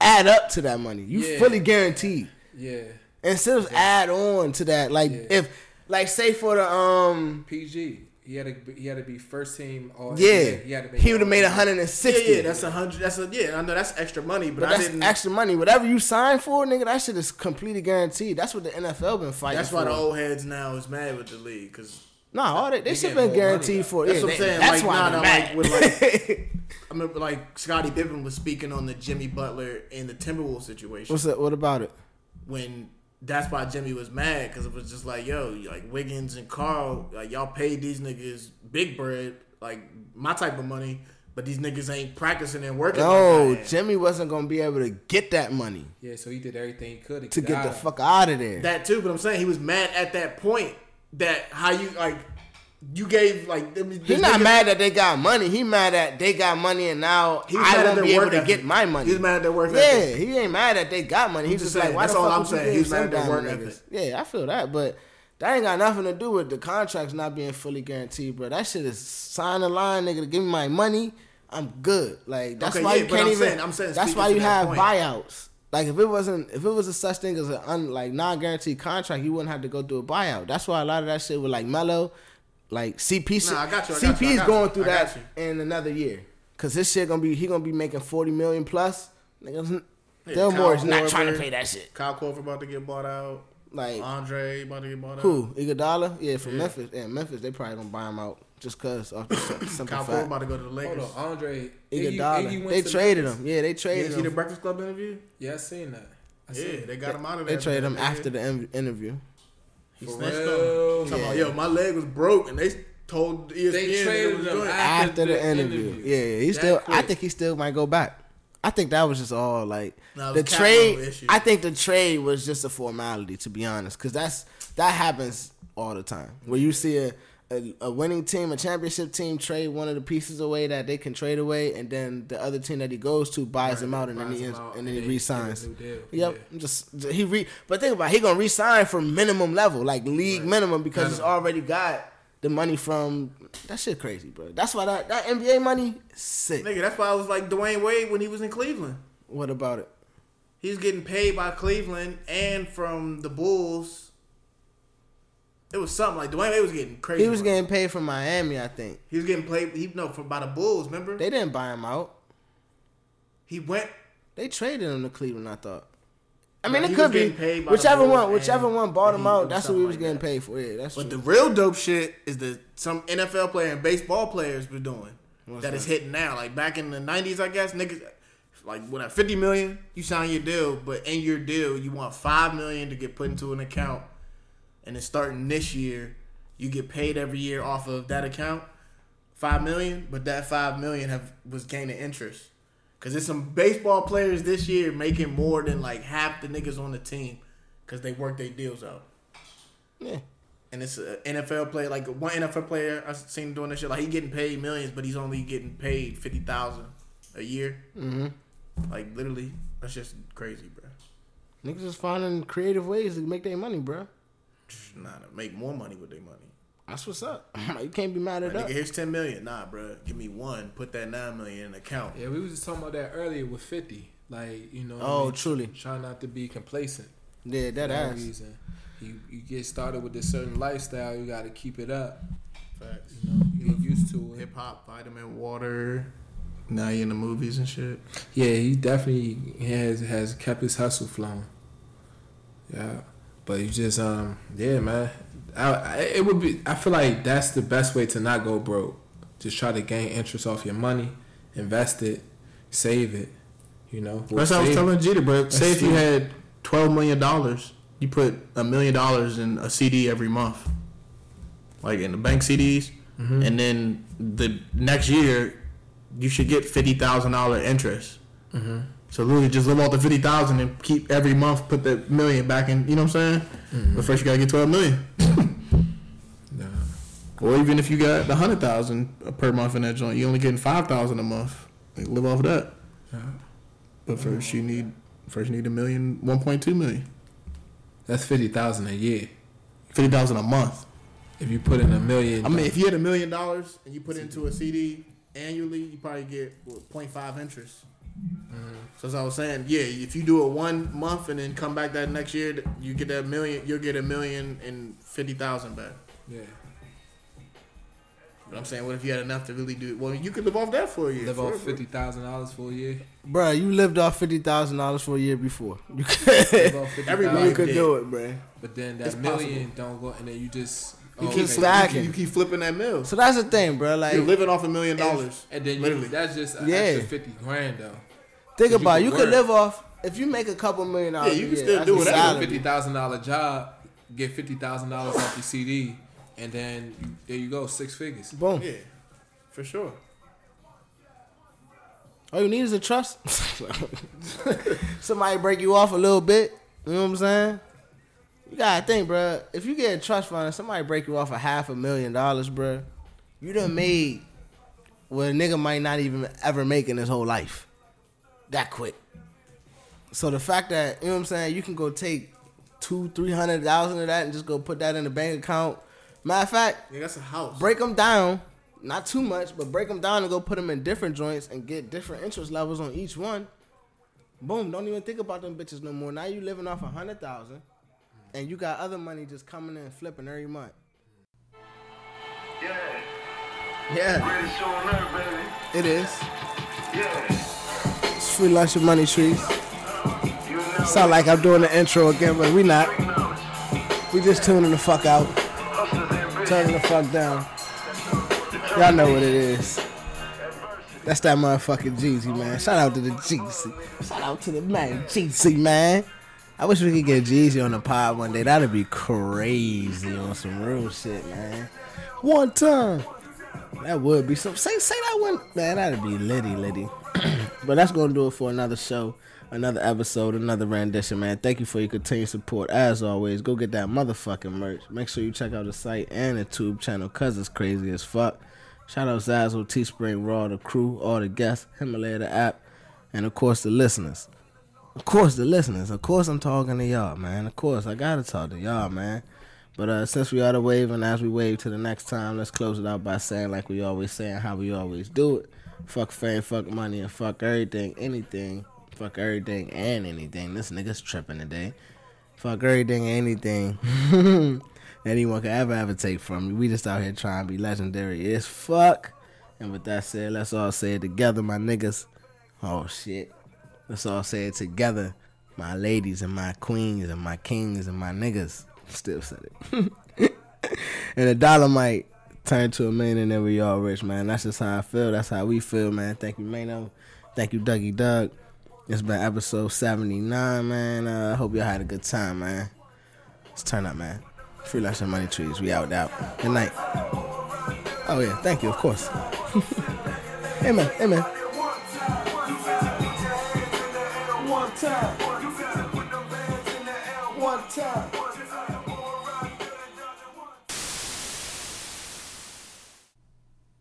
[SPEAKER 3] add up to that money. You
[SPEAKER 5] Yeah.
[SPEAKER 3] fully guaranteed.
[SPEAKER 5] Yeah,
[SPEAKER 3] Incentives add on to that. Like
[SPEAKER 5] Yeah.
[SPEAKER 3] if like say for the um
[SPEAKER 5] PG. He had to be- he had to be first team all.
[SPEAKER 3] yeah,
[SPEAKER 5] he had to make
[SPEAKER 3] he would have made
[SPEAKER 5] all-
[SPEAKER 3] hundred and sixty.
[SPEAKER 4] Yeah, yeah, that's a hundred. That's a yeah. I know that's extra money, but,
[SPEAKER 3] But
[SPEAKER 4] I
[SPEAKER 3] that's
[SPEAKER 4] didn't.
[SPEAKER 3] extra money. Whatever you sign for, nigga, that shit is completely guaranteed. That's what the NFL been fighting.
[SPEAKER 4] that's why
[SPEAKER 3] for.
[SPEAKER 4] the old heads now is mad with the league because
[SPEAKER 3] Nah, all that they should
[SPEAKER 5] get
[SPEAKER 3] been
[SPEAKER 5] more money,
[SPEAKER 3] guaranteed
[SPEAKER 5] though.
[SPEAKER 3] for.
[SPEAKER 4] That's
[SPEAKER 3] yeah,
[SPEAKER 4] what I'm
[SPEAKER 3] they-
[SPEAKER 4] saying,
[SPEAKER 3] That's
[SPEAKER 4] like,
[SPEAKER 3] why
[SPEAKER 4] nah,
[SPEAKER 3] I'm
[SPEAKER 4] nah,
[SPEAKER 3] mad.
[SPEAKER 4] like, with, I remember like Scottie Pippen was speaking on the Jimmy Butler and the Timberwolves situation
[SPEAKER 3] What's that? What about it?
[SPEAKER 4] when that's why Jimmy was mad because it was just like yo, like Wiggins and Carl, like y'all paid these niggas big bread, like my type of money, but these niggas ain't practicing and working.
[SPEAKER 3] No,
[SPEAKER 4] like I am.
[SPEAKER 3] Oh, Jimmy wasn't gonna be able to get that money
[SPEAKER 5] Yeah, so he did everything he could
[SPEAKER 3] to get the
[SPEAKER 5] out.
[SPEAKER 3] fuck out of there.
[SPEAKER 4] that too. But I'm saying he was mad at that point that how you like you gave like them-
[SPEAKER 3] He's
[SPEAKER 4] these
[SPEAKER 3] not
[SPEAKER 4] niggas-
[SPEAKER 3] mad that they got money. He mad that they got money and now
[SPEAKER 4] He was mad
[SPEAKER 3] I
[SPEAKER 4] at
[SPEAKER 3] won't
[SPEAKER 4] their
[SPEAKER 3] be able
[SPEAKER 4] work
[SPEAKER 3] to get
[SPEAKER 4] ethic.
[SPEAKER 3] my money.
[SPEAKER 4] He was mad at their work
[SPEAKER 3] Yeah,
[SPEAKER 4] ethic.
[SPEAKER 3] he ain't mad that they got money. He's
[SPEAKER 4] just
[SPEAKER 3] just like,
[SPEAKER 4] saying,
[SPEAKER 3] why
[SPEAKER 4] that's
[SPEAKER 3] the
[SPEAKER 4] all
[SPEAKER 3] fuck
[SPEAKER 4] I'm
[SPEAKER 3] would you
[SPEAKER 4] saying.
[SPEAKER 3] give
[SPEAKER 4] He was mad
[SPEAKER 3] some
[SPEAKER 4] at their
[SPEAKER 3] guy
[SPEAKER 4] work
[SPEAKER 3] niggas?
[SPEAKER 4] ethic.
[SPEAKER 3] Yeah, I feel that, but that ain't got nothing to do with the contracts not being fully guaranteed, bro. That shit is sign a line, nigga, to give me my money. I'm good. Like that's
[SPEAKER 4] Okay,
[SPEAKER 3] why
[SPEAKER 4] yeah,
[SPEAKER 3] you
[SPEAKER 4] but
[SPEAKER 3] can't
[SPEAKER 4] I'm
[SPEAKER 3] even.
[SPEAKER 4] saying- I'm saying
[SPEAKER 3] that's
[SPEAKER 4] speaking
[SPEAKER 3] why
[SPEAKER 4] to
[SPEAKER 3] you
[SPEAKER 4] that
[SPEAKER 3] have
[SPEAKER 4] point.
[SPEAKER 3] buyouts. Like if it wasn't, if it was a such thing as an un, like non-guaranteed contract, you wouldn't have to go through a buyout. That's why a lot of that shit with like Mello, like CP,
[SPEAKER 4] Nah, I got you, I got
[SPEAKER 3] CP
[SPEAKER 4] you, I
[SPEAKER 3] is
[SPEAKER 4] got
[SPEAKER 3] going
[SPEAKER 4] you,
[SPEAKER 3] through
[SPEAKER 4] I got
[SPEAKER 3] that
[SPEAKER 4] you.
[SPEAKER 3] in another year. Cause this shit gonna be he gonna be making forty million plus. Niggas,
[SPEAKER 4] Kyle
[SPEAKER 3] Del Moore's not
[SPEAKER 4] Korver.
[SPEAKER 3] trying to pay that shit.
[SPEAKER 4] Kyle Korver about to get bought out.
[SPEAKER 3] Like
[SPEAKER 4] Andre about to get bought out.
[SPEAKER 3] who? Iguodala? Yeah, from Memphis. Yeah, Memphis. They probably gonna buy him out just cause of the sim- simple
[SPEAKER 4] Kyle Korver
[SPEAKER 3] fact.
[SPEAKER 4] about to go to the Lakers.
[SPEAKER 5] Hold on, Andre. Iggy- Iggy
[SPEAKER 3] Iguodala.
[SPEAKER 5] went
[SPEAKER 3] They
[SPEAKER 5] to
[SPEAKER 3] traded
[SPEAKER 5] Memphis.
[SPEAKER 3] him. Yeah, they
[SPEAKER 4] You
[SPEAKER 3] traded
[SPEAKER 4] see the
[SPEAKER 3] him.
[SPEAKER 4] Breakfast Club interview?
[SPEAKER 5] Yeah, I seen that. I seen
[SPEAKER 4] Yeah,
[SPEAKER 5] it.
[SPEAKER 4] they got him out of
[SPEAKER 3] They
[SPEAKER 4] there.
[SPEAKER 3] traded him after the in- interview.
[SPEAKER 4] He
[SPEAKER 5] For
[SPEAKER 4] snitched
[SPEAKER 5] real?
[SPEAKER 4] on him. Talking about,
[SPEAKER 3] Yeah.
[SPEAKER 4] yo, my leg was broke, and they told E ESPN
[SPEAKER 5] They
[SPEAKER 4] that
[SPEAKER 5] traded
[SPEAKER 4] it was
[SPEAKER 5] him
[SPEAKER 4] joint.
[SPEAKER 5] out.
[SPEAKER 3] After, the interview. Yeah, yeah, he
[SPEAKER 4] That
[SPEAKER 3] still. I
[SPEAKER 4] quick.
[SPEAKER 3] think he still might go back. I think that was just all like
[SPEAKER 4] Nah, it
[SPEAKER 3] the
[SPEAKER 4] was capital
[SPEAKER 3] trade.
[SPEAKER 4] issue.
[SPEAKER 3] I think the trade was just a formality, to be honest, because that's that happens all the time. Where you see a a, a winning team, a championship team, trade one of the pieces away that they can trade away, and then the other team that he goes to buys him out, and then
[SPEAKER 5] buys
[SPEAKER 3] he
[SPEAKER 5] him
[SPEAKER 3] ends,
[SPEAKER 5] out,
[SPEAKER 3] and then he
[SPEAKER 5] and they get a
[SPEAKER 3] resigns.
[SPEAKER 5] new deal.
[SPEAKER 3] Yep,
[SPEAKER 5] Yeah.
[SPEAKER 3] I'm just he re. But think about it, he gonna resign for minimum level, like league minimum, because he's
[SPEAKER 5] Minimum.
[SPEAKER 3] already got the money from that shit. Crazy, bro. That's why that that NBA money sick.
[SPEAKER 4] Nigga, that's why I was like Dwayne Wade when he was in Cleveland.
[SPEAKER 3] What about it?
[SPEAKER 4] He's getting paid by Cleveland and from the Bulls. It was something like Dwayne Wade was getting crazy.
[SPEAKER 3] He was
[SPEAKER 4] money.
[SPEAKER 3] getting paid from Miami, I think.
[SPEAKER 4] he was getting played. He no from by the Bulls. Remember
[SPEAKER 3] They didn't buy him out.
[SPEAKER 4] he went.
[SPEAKER 3] They traded him to Cleveland. I thought. I mean,
[SPEAKER 4] No,
[SPEAKER 3] it
[SPEAKER 4] he
[SPEAKER 3] could
[SPEAKER 4] was getting
[SPEAKER 3] be
[SPEAKER 4] paid by the
[SPEAKER 3] whichever
[SPEAKER 4] Bulls
[SPEAKER 3] one, whichever
[SPEAKER 4] and-
[SPEAKER 3] one bought
[SPEAKER 4] and
[SPEAKER 3] him
[SPEAKER 4] he-
[SPEAKER 3] out.
[SPEAKER 4] it
[SPEAKER 3] That's what
[SPEAKER 4] something
[SPEAKER 3] we was
[SPEAKER 4] like
[SPEAKER 3] getting
[SPEAKER 4] that.
[SPEAKER 3] paid for. Yeah, that's
[SPEAKER 4] But the
[SPEAKER 3] true.
[SPEAKER 4] real dope shit is that some NFL player and baseball players were doing that is
[SPEAKER 3] that?
[SPEAKER 4] hitting now. Like back in the nineties, I guess niggas like what at fifty million you sign your deal, but in your deal you want five million to get put into an account, and then starting this year you get paid every year off of that account five million, but that five million have was gaining interest. Cause there's some baseball players this year making more than like half the niggas on the team, cause they work their deals out
[SPEAKER 3] yeah.
[SPEAKER 4] and it's an NFL player. Like one NFL player I seen doing this shit. Like he getting paid millions, but he's only getting paid fifty thousand a year. Mm-hmm. Like literally, that's just crazy, bro.
[SPEAKER 3] Niggas is finding creative ways to make their money, bro.
[SPEAKER 4] Nah, to make more money with their money.
[SPEAKER 3] That's what's up. you can't be mad at
[SPEAKER 4] Like, nigga,
[SPEAKER 3] that.
[SPEAKER 4] here's ten million. Nah, bro, give me one. Put that nine million in account.
[SPEAKER 5] Yeah, we was just talking about that earlier with Fifty. Like you know, what I
[SPEAKER 3] Oh,
[SPEAKER 5] mean?
[SPEAKER 3] truly.
[SPEAKER 5] Try not to be complacent.
[SPEAKER 3] Yeah, that
[SPEAKER 5] for that
[SPEAKER 3] ass.
[SPEAKER 5] reason. You you get started with this certain lifestyle, you got to keep it up.
[SPEAKER 4] Facts.
[SPEAKER 5] You get used to it.
[SPEAKER 4] Hip hop, vitamin water. Now you in the movies and shit.
[SPEAKER 5] Yeah, he definitely has has kept his hustle flowing. Yeah, but you just um yeah man, I, I it would be I feel like that's the best way to not go broke. Just try to gain interest off your money, invest it, save it. You know,
[SPEAKER 4] That's how I was
[SPEAKER 5] Save-
[SPEAKER 4] telling Jeter, bro. Say if you
[SPEAKER 5] true.
[SPEAKER 4] had twelve million dollars, you put a million dollars in a CD every month, like in the bank CDs, and then the next year you should get fifty thousand dollar interest. So literally, just live off the fifty thousand and keep every month put the million back in. You know what I'm saying? But first, you gotta get twelve million,
[SPEAKER 5] Nah.
[SPEAKER 4] or even if you got the hundred thousand per month in that joint, you only getting five thousand a month. Like live off of that.
[SPEAKER 5] Nah.
[SPEAKER 4] But first, you need first you need a million, one point two million.
[SPEAKER 5] That's fifty thousand a year.
[SPEAKER 4] fifty thousand a month.
[SPEAKER 5] If you put in a million,
[SPEAKER 4] I mean, if you had a million dollars and you put it into a CD annually, you probably get what, 0.5 interest.
[SPEAKER 5] Mm-hmm.
[SPEAKER 4] So as I was saying, yeah, if you do it one month and then come back that next year, th- you get that million. You'll get a million and fifty thousand back.
[SPEAKER 5] yeah,
[SPEAKER 4] But I'm saying, what if you had enough to really do? Well, you could live off that for a year.
[SPEAKER 5] live off
[SPEAKER 4] forever.
[SPEAKER 5] fifty thousand dollars for a year.
[SPEAKER 3] Bro, you lived off fifty thousand dollars for a year before. You
[SPEAKER 5] Live
[SPEAKER 3] could,
[SPEAKER 5] off fifty
[SPEAKER 4] Every
[SPEAKER 3] you
[SPEAKER 5] thousand,
[SPEAKER 4] week.
[SPEAKER 3] could do it, bro.
[SPEAKER 5] but then
[SPEAKER 4] It's
[SPEAKER 5] that million don't go, and then you just
[SPEAKER 4] You keep
[SPEAKER 5] oh, okay.
[SPEAKER 4] flipping,
[SPEAKER 3] stacking.
[SPEAKER 4] you, keep flipping that mill.
[SPEAKER 3] So that's the thing, bro. Like,
[SPEAKER 4] You're living off a million dollars.
[SPEAKER 5] And then you,
[SPEAKER 4] literally,
[SPEAKER 5] that's just an
[SPEAKER 3] Yeah.
[SPEAKER 5] extra fifty grand though.
[SPEAKER 3] think
[SPEAKER 5] you
[SPEAKER 3] about it.
[SPEAKER 5] could
[SPEAKER 3] You could
[SPEAKER 5] work.
[SPEAKER 3] live off if you make a couple million dollars.
[SPEAKER 4] you
[SPEAKER 3] a
[SPEAKER 4] can
[SPEAKER 3] year,
[SPEAKER 4] still
[SPEAKER 3] that's
[SPEAKER 4] do
[SPEAKER 3] a
[SPEAKER 4] it.
[SPEAKER 5] You
[SPEAKER 4] That's
[SPEAKER 5] got a
[SPEAKER 3] salary.
[SPEAKER 5] fifty thousand dollar job, get fifty thousand dollars off your CD, and then you, there you go, six figures.
[SPEAKER 3] Boom.
[SPEAKER 4] yeah, for sure.
[SPEAKER 3] All you need is a trust. Somebody break you off a little bit. You know what I'm saying? You gotta think, bruh. If you get a trust fund, and somebody break you off a half a million dollars, bruh, you done made what a nigga might not even ever make in his whole life. That quick. So the fact that you know what I'm saying, you can go take two, three hundred thousand of that and just go put that in a bank account. Matter of fact,
[SPEAKER 4] Yeah, that's a house.
[SPEAKER 3] break them down, not too much, but break them down and go put them in different joints and get different interest levels on each one. Boom! Don't even think about them bitches no more. Now you living off a hundred thousand, and you got other money just coming in and flipping every month.
[SPEAKER 6] Yeah,
[SPEAKER 3] Yeah,
[SPEAKER 6] greatest show on earth, baby.
[SPEAKER 3] it is.
[SPEAKER 6] Yeah.
[SPEAKER 3] It's free lunch and money trees.
[SPEAKER 6] You know
[SPEAKER 3] Sound like I'm doing the intro again, but we not.
[SPEAKER 6] big knowledge.
[SPEAKER 3] We just tuning the fuck out,
[SPEAKER 6] Hustlers and
[SPEAKER 3] turning
[SPEAKER 6] bitches.
[SPEAKER 3] the fuck down. Y'all know what it is.
[SPEAKER 6] Adversity.
[SPEAKER 3] That's that motherfucking Jeezy, man. Shout out to the Jeezy. Shout out to the man, Jeezy, man. I wish we could get Jeezy on the pod one day. That'd be crazy on some real shit, man. One time. That would be some. Say, say that one. Man, that'd be litty, litty. but that's going to do it for another show Another episode, another rendition, man. Thank you for your continued support. As always, go get that motherfucking merch. Make sure you check out the site and the tube channel, cause it's crazy as fuck. Shout out Zazzle, Teespring, Raw, the crew, all the guests, Himalaya, the app, and of course the listeners. Of course, the listeners. Of course, I'm talking to y'all, man. Of course, I gotta talk to y'all, man. But uh, since we are the wave, and as we wave to the next time, let's close it out by saying, like we always saying, how we always do it. Fuck fame, fuck money, and fuck everything, anything. Fuck everything and anything. This nigga's tripping today. Fuck everything and anything anyone could ever, ever take from me. We just out here trying to be legendary as fuck. And with that said, let's all say it together, my niggas. Oh, shit. Let's all say it together, my ladies and my queens and my kings and my niggas. Still said it. and a dollar might turn to a million and then we all rich, man. That's just how I feel. That's how we feel, man. Thank you, Mano. Thank you, Dougie Doug. It's been episode 79, man. Uh, I hope y'all had a good time, man. Let's turn up, man. Free lunch and money trees. We out, out. Good night. Oh, yeah. Thank you, of course. Amen. Amen.
[SPEAKER 2] One time.